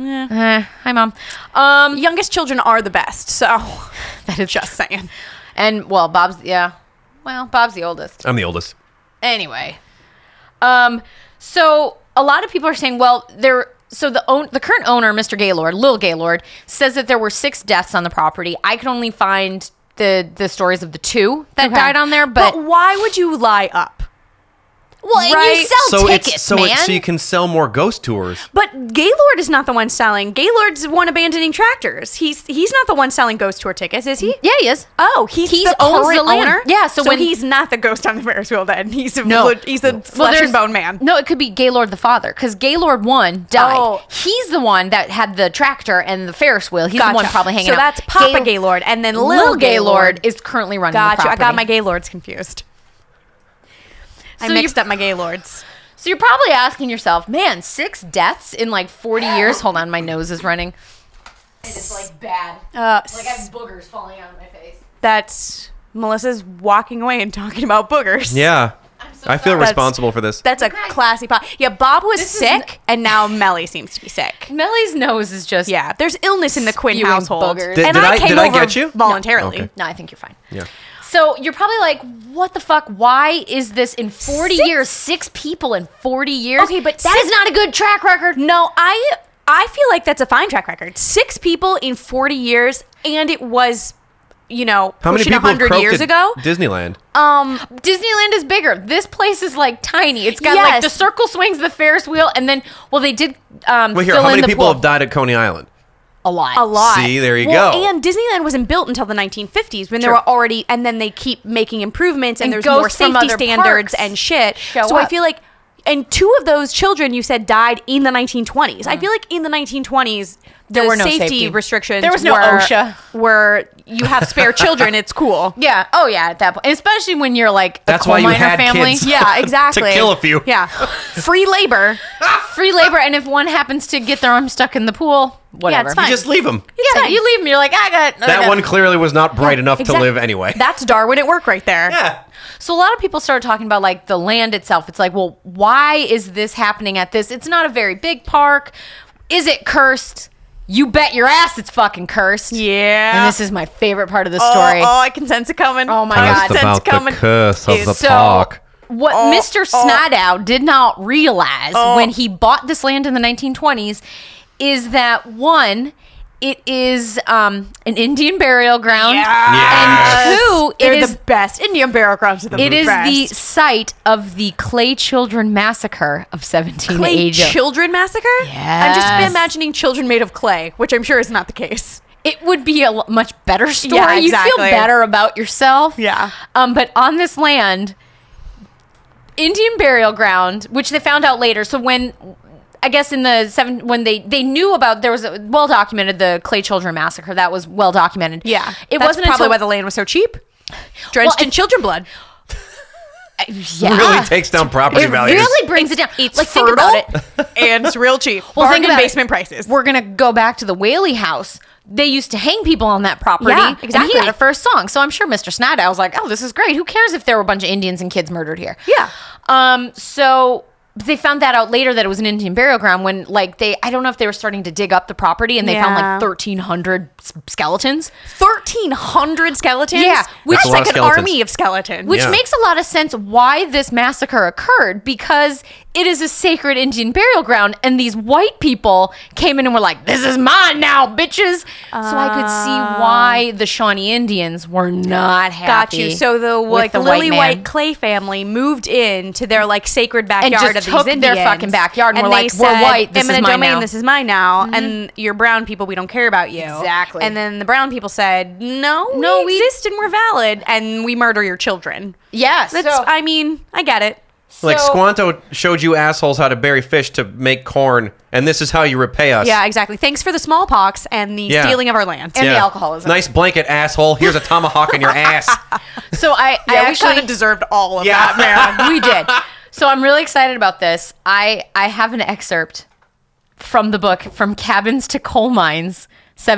B: Eh, hi, mom. Um,
C: Youngest children are the best. So
B: that is
C: just saying.
B: and well, Bob's yeah. Well, Bob's the oldest.
D: I'm the oldest.
B: anyway um so a lot of people are saying well there so the own the current owner mr gaylord lil gaylord says that there were six deaths on the property i can only find the the stories of the two that died on there but,
C: why would you lie up?
B: well and
C: right.
B: you sell
D: so
B: tickets
D: it's so
B: man
D: it's so you can sell more ghost tours.
C: But Gaylord is not the one selling. Gaylord's the one abandoning tractors. He's he's not the one selling ghost tour tickets, is he?
B: yeah he is
C: Oh, he's,
B: He's
C: the
B: owns
C: current
B: the land.
C: owner.
B: Yeah, so when-
C: he's not the ghost on the Ferris wheel, then he's a
B: No.
C: he's a
B: Well,
C: flesh and
B: there's-
C: bone man.
B: No, it could be Gaylord the father because Gaylord one died.
C: Oh.
B: He's the one that had the tractor and the Ferris wheel. He's the one
C: Gotcha.
B: probably hanging
C: So
B: out.
C: that's Papa
B: Gay-
C: Gaylord, and then
B: Lil
C: Lil
B: Gaylord
C: Gaylord.
B: is currently running the
C: Gotcha. I got
B: property.
C: my Gaylords confused. I
B: So you-
C: mixed up my Gaylords.
B: So you're probably asking yourself, man, six deaths in like 40 years. Hold on, my nose is running. It's like bad.
C: Uh,
B: boogers falling out of my face.
C: that's Melissa's walking away and talking about boogers.
D: Yeah,
B: so
D: I feel
B: sorry.
D: responsible for this.
C: That's a
B: Okay.
C: classy pot. Yeah, Bob was
B: This is
C: sick, and now Melly seems to be sick.
B: Melly's nose is just.
C: Yeah, there's illness in the Quinn
B: Spewing
C: household.
B: boogers.
D: Did-
C: and
D: did
C: I,
D: I-
C: came
D: did I
C: over
D: get you?
C: voluntarily.
D: Okay.
B: No, I think you're fine.
D: yeah.
B: So you're probably like, what the fuck? Why is this in 40 years? Six people in 40 years?
C: Okay, but
B: that is
C: six-
B: not a good track record.
C: No, I I feel like that's a fine track record. Six people in 40 years, and it was, you know,
D: How many
C: pushing
D: people have
C: 100
D: croaked
C: years
D: at
C: ago.
D: Disneyland?
C: Um,
B: Disneyland is bigger. This place is like tiny. It's got like
C: Yes.
B: the circle swings, the Ferris wheel, and then, well, they did um,
D: Wait here,
B: fill
D: how
B: in
D: many
B: the
D: people
B: pool.
D: have died at Coney Island?
B: a lot.
C: a lot.
D: See, there you
C: Well,
D: go.
C: And Disneyland wasn't built until the 1950s when there
B: True.
C: were already, and then they keep making improvements, and,
B: And
C: there's more
B: ghosts from
C: safety
B: other
C: standards
B: parks
C: and shit.
B: show
C: so I
B: up.
C: feel like, and two of those children you said died in the 1920s. I feel like in the 1920s there
B: Mm. were no
C: safety,
B: safety.
C: restrictions.
B: There was no
C: were,
B: OSHA.
C: Where you have spare children, it's cool.
B: Yeah. Oh yeah. At that point, and especially when you're like a
D: That's
B: coal
D: why you
B: miner
D: had
B: family.
D: kids.
C: Yeah, exactly.
D: kill a few.
C: Yeah, free labor.
B: Free labor, and if one happens to get their arm stuck in the pool, whatever.
C: it's fine.
D: Just leave them.
B: Yeah, you leave them. You're like, I got I
D: That
B: got-
D: one clearly was not bright enough
C: Exact-
D: to live anyway.
C: That's Darwin at work right there.
D: yeah.
B: So a lot of people started talking about like the land itself. It's like, well, why is this happening at this? It's not a very big park. Is it cursed? You bet your ass it's fucking cursed.
C: Yeah.
B: And this is my favorite part of the
C: Oh,
B: story.
C: Oh, I can sense it coming.
B: Oh my Just God.
C: I can sense it coming. It's
B: so what
C: Uh,
B: Mr. Snydow did not realize when he bought this land in the 1920s is that one, it is um, an Indian burial ground, and
D: Yes.
B: two, it
C: They're
B: is
C: the best. Indian burial grounds are the
B: It is
C: best.
B: the site of the Clay Children Massacre of 1780.
C: clay children massacre. I'm just
B: Yes.
C: imagining children made of clay, which I'm sure is not the case.
B: it would be a l- much better story.
C: Yeah,
B: You
C: exactly.
B: feel better about yourself.
C: Yeah.
B: Um, but on this land, Indian burial ground, which they found out later. So when I guess in the seven when they they knew about there was a, well documented the Clay Children Massacre that was well documented. it
C: That's
B: wasn't
C: probably
B: until
C: why the land was so cheap. Drenched
B: Well,
C: in children blood.
B: yeah.
D: Really takes down property
B: it
D: values.
B: really brings it down.
C: It's
B: like
C: fertile
B: think about it.
C: and it's real cheap.
B: Well,
C: Bargain
B: think about it.
C: basement prices.
B: We're gonna go back to the Whaley house. They used to hang people on that property.
C: Yeah,
B: And
C: exactly.
B: he had a first song. So I'm sure Mr. Snadow was like, "Oh, this is great. Who cares if there were a bunch of Indians and kids murdered here?"
C: Yeah.
B: Um. So but they found that out later that it was an Indian burial ground when, like, they I don't know if they were starting to dig up the property and they found
C: Yeah.
B: like 1,300 s- skeletons,
C: Thirteen hundred skeletons.
B: Yeah,
C: which is
D: That's a lot
C: like
D: of
C: an
D: skeletons.
C: army of skeletons.
B: which
D: Yeah.
B: makes a lot of sense why this massacre occurred because it is a sacred Indian burial ground and these white people came in and were like, "This is mine now, bitches." so I could see why the Shawnee Indians were not
C: Ah. Got
B: happy.
C: you. So the
B: with
C: like
B: the
C: Lily
B: man.
C: White Clay family moved in to their like sacred backyard
B: just
C: of
B: took
C: these
B: their
C: Indians,
B: fucking backyard and were
C: they
B: like, "We're white, this is
C: eminent
B: mine
C: domain,
B: now." Mm-hmm.
C: This is mine now, and you're brown people. We don't care about you."
B: Exactly.
C: And then the brown people said, "No,
B: No,
C: we,
B: we-
C: exist and we're valid, and we murder your children."
B: yeah,
C: That's.
B: so-
C: I mean, I get it.
D: Like
B: So-
D: Squanto showed you assholes how to bury fish to make corn, and this is how you repay us.
C: Yeah, exactly. Thanks for the smallpox and the
D: Yeah.
C: stealing of our land.
B: And- the alcoholism.
D: Nice blanket, asshole. Here's a tomahawk in your ass.
B: so I, I
C: yeah, we
B: actually
C: kind of deserved all of
D: Yeah.
C: that, man.
B: we did. So I'm really excited about this. I I have an excerpt from the book from Cabins to Coal Mines,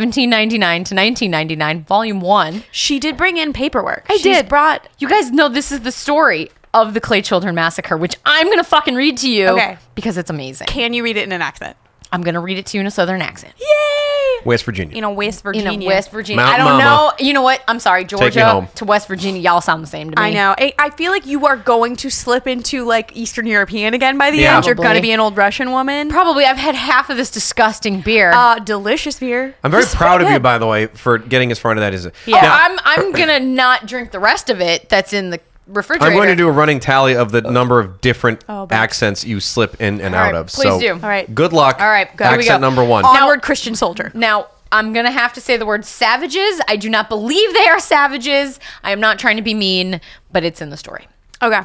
B: 1799 to 1999, volume 1.
C: she did bring in paperwork.
B: I
C: She's
B: did.
C: Brought
B: You guys know this is the story of the Clay Children Massacre, which I'm going to fucking read to you
C: Okay.
B: because it's amazing.
C: can you read it in an accent?
B: I'm going to read it to you in a southern accent.
C: Yay!
D: West Virginia.
C: You know, West Virginia.
B: In a West Virginia.
D: Mount
B: I don't
D: Mama.
B: know. You know what? I'm sorry,
D: home.
B: Georgia to West Virginia. Y'all sound the same to me.
C: I know. I, I feel like you are going to slip into like Eastern European again by the
D: Yeah.
C: end. You're going to
B: Probably.
C: be an old Russian woman.
B: Probably I've had half of this disgusting beer.
C: Uh, delicious beer.
D: I'm very
C: This is
D: proud of
C: good.
D: you, by the way, for getting as far into that as
B: Oh,
D: yeah.
B: I'm I'm gonna not drink the rest of it that's in the refrigerator.
D: I'm going to do a running tally of the number of different
C: Oh, bad.
D: accents you slip in and out
B: right,
D: of.
B: please
D: so,
B: do. All
C: right.
D: Good luck.
B: All right, go. Here we
D: Accent
B: go.
D: number one.
B: Now-
C: Onward Christian soldier.
B: now. I'm gonna have to say the word savages. I do not believe they are savages. I am not trying to be mean, but it's in the story.
C: Okay.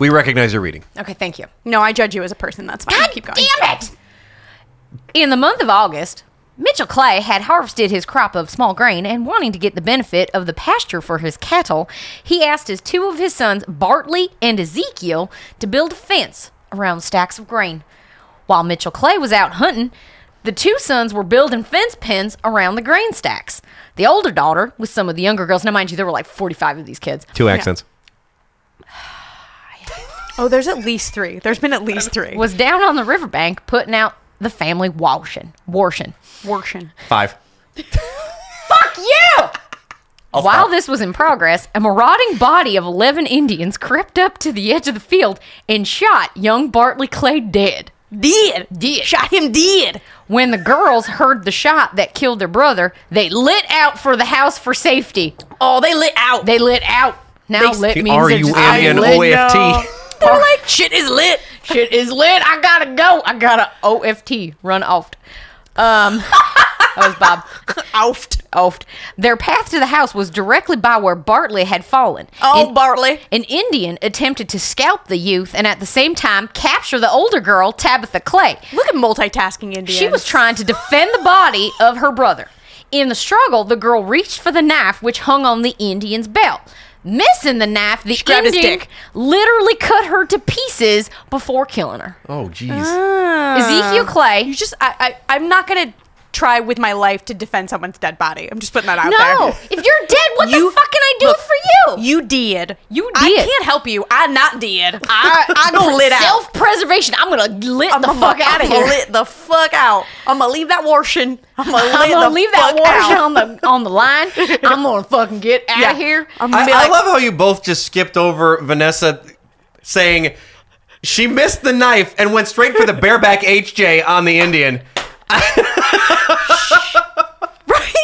D: We recognize your reading.
B: Okay, thank you.
C: No, I judge you as a person. That's fine. Keep going.
B: Damn it! In the month of August, Mitchell Clay had harvested his crop of small grain and wanting to get the benefit of the pasture for his cattle, he asked his two of his sons, Bartley and Ezekiel, to build a fence around stacks of grain. While Mitchell Clay was out hunting, the two sons were building fence pins around the grain stacks. The older daughter, with some of the younger girls, now mind you, there were like 45 of these kids,
D: Two accents.
C: Oh, there's at least three. There's been at least three.
B: was down on the riverbank putting out the family washing. Washing.
C: Workshin.
D: Five.
B: Fuck you! While
C: Oh,
D: stop.
B: this was in progress, a marauding body of 11 Indians crept up to the edge of the field and shot young Bartley Clay dead.
C: Did.
B: Did.
C: Shot him dead.
B: When the girls heard the shot that killed their brother, they lit out for the house for safety.
C: Oh, they lit out.
B: They lit out. Now
C: They-
B: lit
D: The
B: means
D: R
B: they're
D: U
B: just-
D: M E N
B: I
D: O
B: lit.
D: A F T.
C: They were like, shit is lit.
B: Shit is lit. I gotta go. I gotta OFT run off. Um, That was Bob.
C: Oufed.
B: Oafed. Their path to the house was directly by where Bartley had fallen.
C: Oh,
B: An-
C: Bartley.
B: An Indian attempted to scalp the youth and at the same time capture the older girl, Tabitha Clay.
C: Look at multitasking Indians.
B: She was trying to defend the body of her brother. In the struggle, the girl reached for the knife which hung on the Indian's belt. Missing the knife, the
C: grabbed his
B: Indian
C: dick.
B: literally cut her to pieces before killing her.
D: Oh, jeez.
B: Uh, Ezekiel Clay.
C: Uh. You just, I, I, I'm not gonna try with my life to defend someone's dead body. I'm just putting that out
B: No,
C: there.
B: if you're dead, what the
C: You-
B: fuck can I do
C: look,
B: for you?
C: You did.
B: You
C: I
B: did.
C: can't help you. I not did. I, I go lit out.
B: Self-preservation. I'm gonna lit
C: I'm
B: the
C: gonna-
B: fuck out of
C: I'm gonna
B: here.
C: lit the fuck out. I'm gonna leave that washing. I'm gonna,
B: I'm
C: lit
B: gonna
C: the
B: leave that
C: fuck
B: wash
C: out.
B: on the on the line. I'm gonna fucking get out
C: Yeah.
B: of here.
C: I'm
D: I,
C: gonna be
D: I
C: like,
D: love how you both just skipped over Vanessa saying she missed the knife and went straight for the bareback HJ on the Indian.
C: right?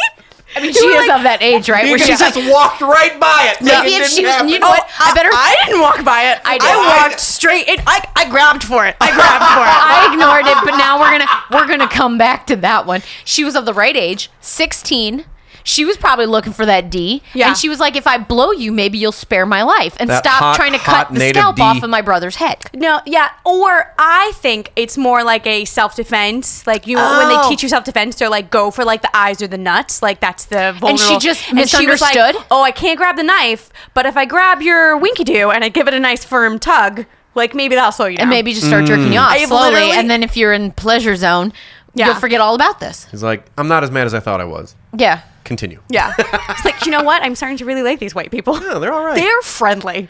B: I mean, she is of that age, right?
D: You
B: Where
D: she
B: she's
D: just
B: like,
D: walked right by it.
B: Maybe
D: like it
B: if
D: didn't
B: she was-
D: happen.
B: you know what? I better-
C: Oh, I didn't walk by it. I
B: did.
C: I walked straight. It, I, I grabbed for it. I grabbed for it.
B: I ignored it, but now we're gonna we're gonna come back to that one. She was of the right age, 16. She was probably looking for that D,
C: Yeah.
B: and she was like, "If I blow you, maybe you'll spare my life and
D: That
B: stop
D: hot,
B: trying to
D: hot
B: cut the
D: native
B: scalp
D: D.
B: off of my brother's head."
C: No, yeah, or I think it's more like a self defense. Like you, when they
D: Oh.
C: teach you self defense, they're like, go for like the eyes or the nuts. Like that's the vulnerable.
B: And she just
C: was like,
B: misunderstood?
C: oh, I can't grab the knife, but if I grab your winky doo and I give it a nice firm tug, like maybe that'll slow you down.
B: And maybe just start jerking you
D: Mm.
B: off
C: I have
B: slowly,
C: literally-
B: and then if you're in pleasure zone,
C: Yeah.
B: you'll forget all about this.
D: He's like, I'm not as mad as I thought I was.
B: Yeah.
D: Continue.
C: yeah, it's like you know what? I'm starting to really like these white people.
D: Yeah, they're all right.
C: They're friendly.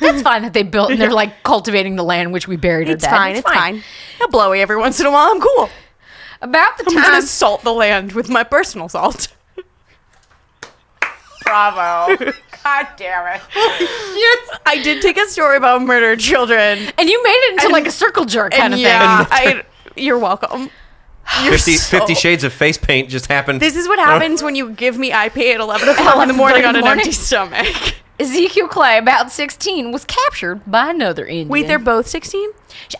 B: That's fine that they built and they're like cultivating the land which we buried
C: It's
B: her dead.
C: fine. It's, fine. I'll blow every once in a while. I'm cool.
B: About the
C: I'm gonna
B: time
C: salt the land with my personal salt.
E: Bravo. God damn it.
C: Yes, I did take a story about murdered children.
B: and you made it into
C: And-
B: like a circle jerk kind of
C: yeah,
B: thing.
C: I, you're welcome. You're
D: 50,
C: so-
D: 50 shades of face paint just happened.
C: This is what happens when you give me IP at 11 o'clock in the morning
B: 11
C: on an
B: in the morning.
C: empty stomach.
B: Ezekiel Clay, about 16, was captured by another Indian.
C: Wait, they're both 16?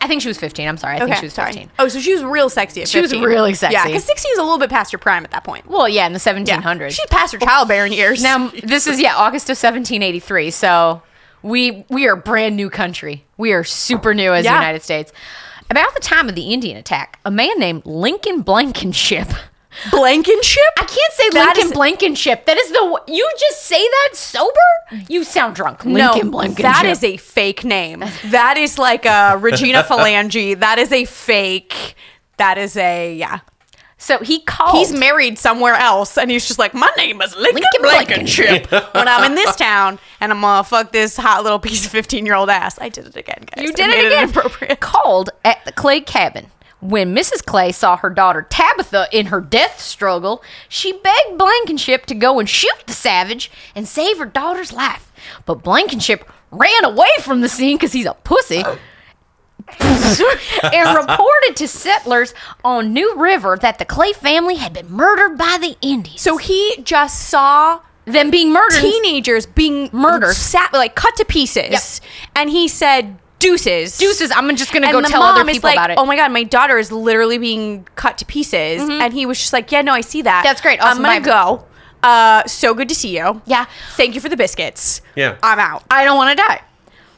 B: I think she was 15. I'm sorry. I think she was 15.
C: Oh, so she was real sexy at
B: She was
C: 15.
B: really
C: Yeah,
B: sexy.
C: because 16 is a little bit past your prime at that point.
B: Well, yeah, in the
C: Yeah.
B: 1700s.
C: She passed her childbearing years.
B: now, this is, yeah, August of 1783. So we we are a brand new country. We are super new as the
C: Yeah.
B: United States. About the time of the Indian attack, a man named Lincoln Blankenship.
C: Blankenship?
B: I can't say
C: That
B: Lincoln
C: is-
B: Blankenship. That is the you just say that sober. You sound drunk. Lincoln Blankenship.
C: that is a fake name. That is like a Regina Phalange. That is a fake. That is a, yeah.
B: so he called.
C: He's married somewhere else, and he's just like, my name is Lincoln,
B: Lincoln
C: Blankenship. when I'm in this town, and I'm gonna fuck this hot little piece of 15 year old ass. I did it again, guys.
B: You
C: I
B: did
C: made
B: it again.
C: inappropriate.
B: Called at the Clay cabin. When Mrs. Clay saw her daughter Tabitha in her death struggle, she begged Blankenship to go and shoot the savage and save her daughter's life. But Blankenship ran away from the scene because he's a pussy and reported to settlers on New River that the Clay family had been murdered by the Indians.
C: So he just saw
B: them being murdered.
C: teenagers being
B: Murdered.
C: sa- like cut to pieces, and he said, "Deuces,
B: Deuces, I'm just gonna
C: And
B: go
C: the
B: tell other
C: mom is
B: people
C: like,
B: about it.
C: Oh my god, my daughter is literally being cut to pieces, and he was just like, "Yeah, no, I see that.
B: That's great. Awesome.
C: I'm gonna go. Uh, so good to see you.
B: Yeah.
C: thank you for the biscuits.
D: Yeah.
C: I'm out.
B: I don't want to die.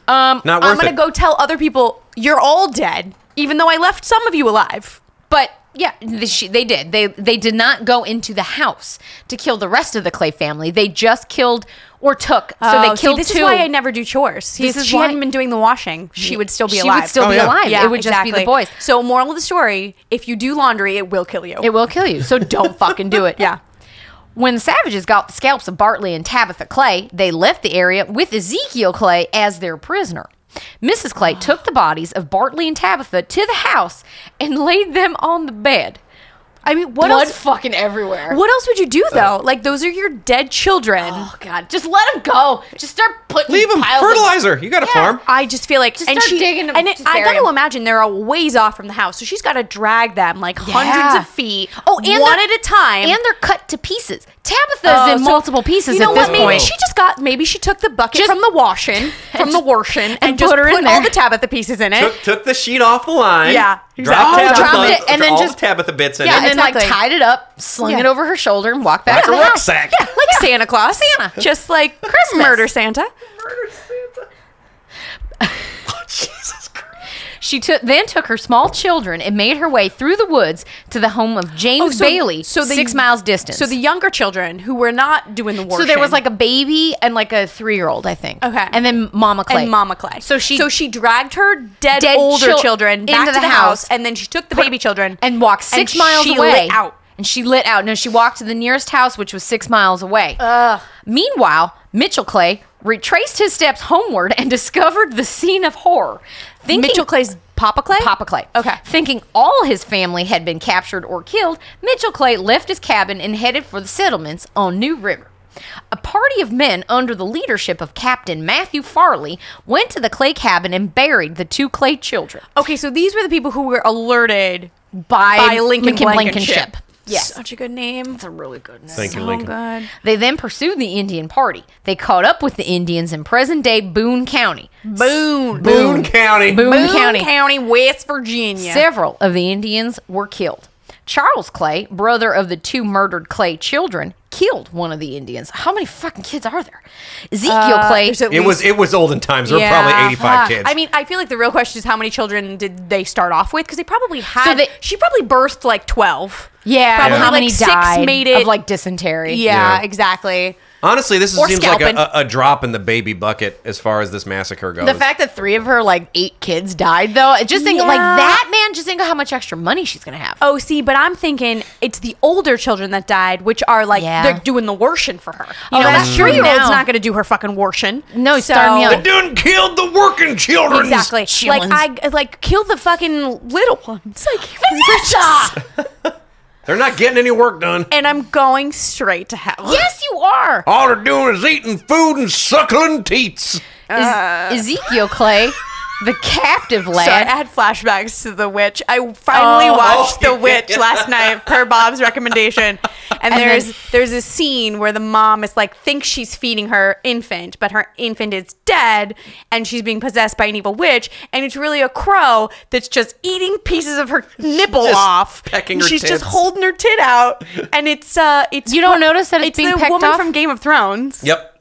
B: Um,
D: Not
C: I'm
D: worth
C: gonna
D: it.
C: go tell other people you're all dead, even though I left some of you alive.
B: But yeah, the, she, they did. They they did not go into the house to kill the rest of the Clay family. They just killed or took. So they killed
C: Oh, This
B: two.
C: is why I never do chores.
B: This
C: if
B: is
C: she
B: why-
C: hadn't been doing the washing, she would still be
B: she
C: alive.
B: would still
D: Oh,
B: be
D: yeah.
B: alive. it would just be the
C: exactly.
B: boys.
C: So, moral of the story: if you do laundry, it will kill you.
B: It will kill you. So don't fucking do it.
C: Yeah.
B: When the savages got the scalps of Bartley and Tabitha Clay, they left the area with Ezekiel Clay as their prisoner. Mrs. Clay took the bodies of Bartley and Tabitha to the house and laid them on the bed.
C: I mean, what
B: Blood
C: else?
B: fucking everywhere.
C: What else would you do though? Like those are your dead children.
B: Oh God! Just let them go. Just start putting
D: Leave him.
B: piles of-
D: Fertilizer. You got a
B: Yeah.
D: farm.
C: I just feel like
B: Just start digging 'em,
C: and it,
B: just
C: I
B: bury
C: got to
B: 'em.
C: imagine they're a ways off from the house, so she's got to drag them like
B: Yeah.
C: hundreds of feet. Oh,
B: and
C: one
B: they're-
C: at a time.
B: and they're cut to pieces. Tabitha's
C: Oh,
B: in
C: so-
B: multiple pieces
C: You know
B: at
C: what?
B: this
C: maybe
B: point.
C: she just got. Maybe she took the bucket
B: Just-
C: from the washing, from the washing,
B: put
C: and, just
B: her in
C: put all
B: there.
C: the Tabitha pieces in it.
D: Took, took the sheet off the line.
C: yeah,
D: Drop
B: Exactly.
D: Tabitha,
B: Dropped it and then
D: all
B: just-
D: the Tabitha bits in
B: Yeah,
D: it.
B: and then like
C: exactly.
B: tied it up, slung
C: Yeah.
B: it over her shoulder, and walked back.
D: That's
B: to
D: a
B: the house.
D: rucksack.
B: Yeah, like
C: Santa Claus.
B: Santa.
C: Just like Christmas. Murder Santa.
B: She took then took her small children and made her way through the woods to the home of James
C: Oh, so-
B: Bailey,
C: so the-
B: six miles distant.
C: So the younger children who were not doing the work.
B: so there was like a baby and like a three year old, I think.
C: Okay.
B: and then Mama Clay
C: and Mama Clay.
B: So she
C: so she dragged her dead,
B: Dead
C: older
B: chil-
C: children back
B: into
C: to
B: the
C: the house,
B: house.
C: and then she took the
B: put-
C: baby children
B: and walked six miles
C: she
B: away
C: lit out.
B: and she lit out. No, she walked to the nearest house, which was six miles away. Meanwhile, Mitchell Clay retraced his steps homeward and discovered the scene of horror. Thinking
C: Mitchell Clay's Papa Clay.
B: Papa Clay.
C: Okay.
B: Thinking all his family had been captured or killed, Mitchell Clay left his cabin and headed for the settlements on New River. A party of men under the leadership of Captain Matthew Farley went to the Clay cabin and buried the two Clay children
C: Okay, so these were the people who were alerted
B: by,
C: Oh, by Lincoln,
B: Blankenship. Yes.
C: such a good name. It's a really good name.
D: Thank you,
C: so
D: Lincoln.
C: good.
B: They then pursued the Indian party. They caught up with the Indians in present day Boone County.
C: Boone,
D: Boone County.
B: Boone,
C: Mm-hmm. Boone
B: County.
C: County. West Virginia.
B: Several of the Indians were killed. Charles Clay, brother of the two murdered Clay children, killed one of the Indians. How many fucking kids are there? Ezekiel Clay.
C: Uh, there's at
D: It was it was olden times. There
C: Yeah.
D: were probably 85
B: Fuck.
D: kids.
C: I mean, I feel like the real question is how many children did they start off with? Because they probably had.
B: they-
C: she probably birthed like twelve.
B: yeah,
C: probably
B: how
C: like
B: many
C: six
B: died
C: made it-
B: of like dysentery?
C: Yeah,
D: Yeah.
C: exactly.
D: honestly, this
C: Or
D: seems like
C: scalping.
D: a- a, a drop in the baby bucket as far as this massacre goes.
B: The fact that three of her like eight kids died though, just think like
C: Yeah.
B: that man. Just think of how much extra money she's gonna have.
C: Oh, see, but I'm thinking it's the older children that died, which are like
B: Yeah.
C: they're doing the worshing for her. You
B: Oh,
C: know,
B: that's
C: that
B: true.
C: three-year-old's
B: Now-
C: not going to do her fucking worshing.
B: No, starting young.
D: done killed the working children.
C: Exactly. Like I like kill the fucking little ones. Like
D: They're not getting any work done.
C: and I'm going straight to hell.
B: yes, you are.
D: All they're doing is eating food and suckling teats.
C: Uh.
B: Ez- Ezekiel Clay, the captive lad.
C: Sorry, I had flashbacks to The Witch. I finally
D: Oh.
C: watched
D: Oh,
C: The Witch
D: yeah.
C: last night per Bob's recommendation. And,
B: then-
C: there's there's a scene where the mom is like thinks she's feeding her infant, but her infant is dead and she's being possessed by an evil witch, and it's really a crow that's just eating pieces of her nipple
D: just
C: off.
D: pecking
C: and
D: her
C: she's just
D: tits.
C: holding her tit out. And it's uh it's
B: You don't notice that it's being
C: the
B: pecked
C: woman
B: off?
C: from Game of Thrones.
D: Yep.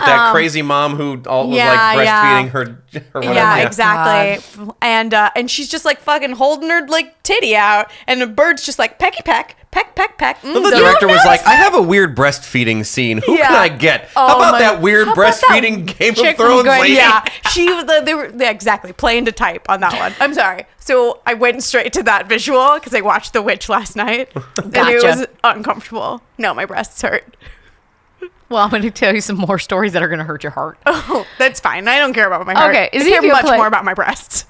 D: That crazy mom who all
C: Um,
D: was
C: Yeah,
D: like
C: yeah.
D: breastfeeding her, her whatever.
C: Yeah, exactly. And uh, and she's just like fucking holding her like titty out, and the bird's just like pecky peck, peck peck peck. Mm,
D: The
C: don't
D: director was
C: notice
D: like,
C: that.
D: I have a weird breastfeeding scene. Who can
C: Yeah.
D: I get?
C: Oh
D: How about
C: my-
D: that weird
C: How about that
D: breastfeeding Game
B: chick
D: of
B: from
D: Thrones
B: Gwen-
D: lady?
C: yeah, she was. The, they were yeah, exactly playing to type on that one. I'm sorry. So I went straight to that visual because I watched The Witch last night, and it
B: Gotcha.
C: was uncomfortable. No, my breasts hurt.
B: Well, I'm going to tell you some more stories that are going to hurt your heart.
C: Oh, that's fine. I don't care about my heart.
B: Okay,
C: I care
B: Ezekiel
C: much
B: Clay-
C: more about my breasts.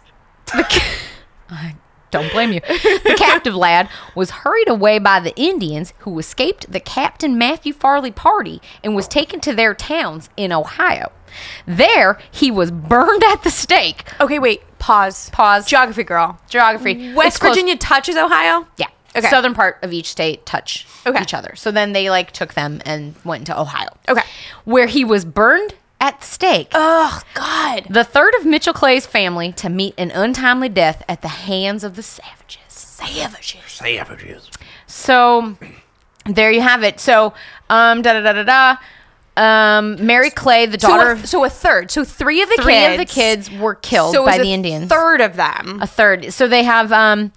B: Don't blame you. The captive lad was hurried away by the Indians who escaped the Captain Matthew Farley party and was taken to their towns in Ohio. There, he was burned at the stake.
C: Okay, wait. Pause.
B: Pause.
C: Geography girl.
B: Geography. It's
C: West
B: close-
C: Virginia touches Ohio.
B: Yeah.
C: Okay.
B: Southern part of each state touch
C: Okay.
B: each other. So then they like took them and went to Ohio.
C: Okay.
B: Where he was burned at the stake.
C: Oh God.
B: The third of Mitchell Clay's family to meet an untimely death at the hands of the savages.
C: Savages.
D: Savages.
B: So there you have it. So um da da da da da. Um, Mary Clay, the
C: So
B: daughter
C: a, so a third. So three of the
B: of three
C: kids.
B: of the kids, were killed
C: So it was
B: by
C: a
B: the Indians.
C: Third of them.
B: a third. So they have um,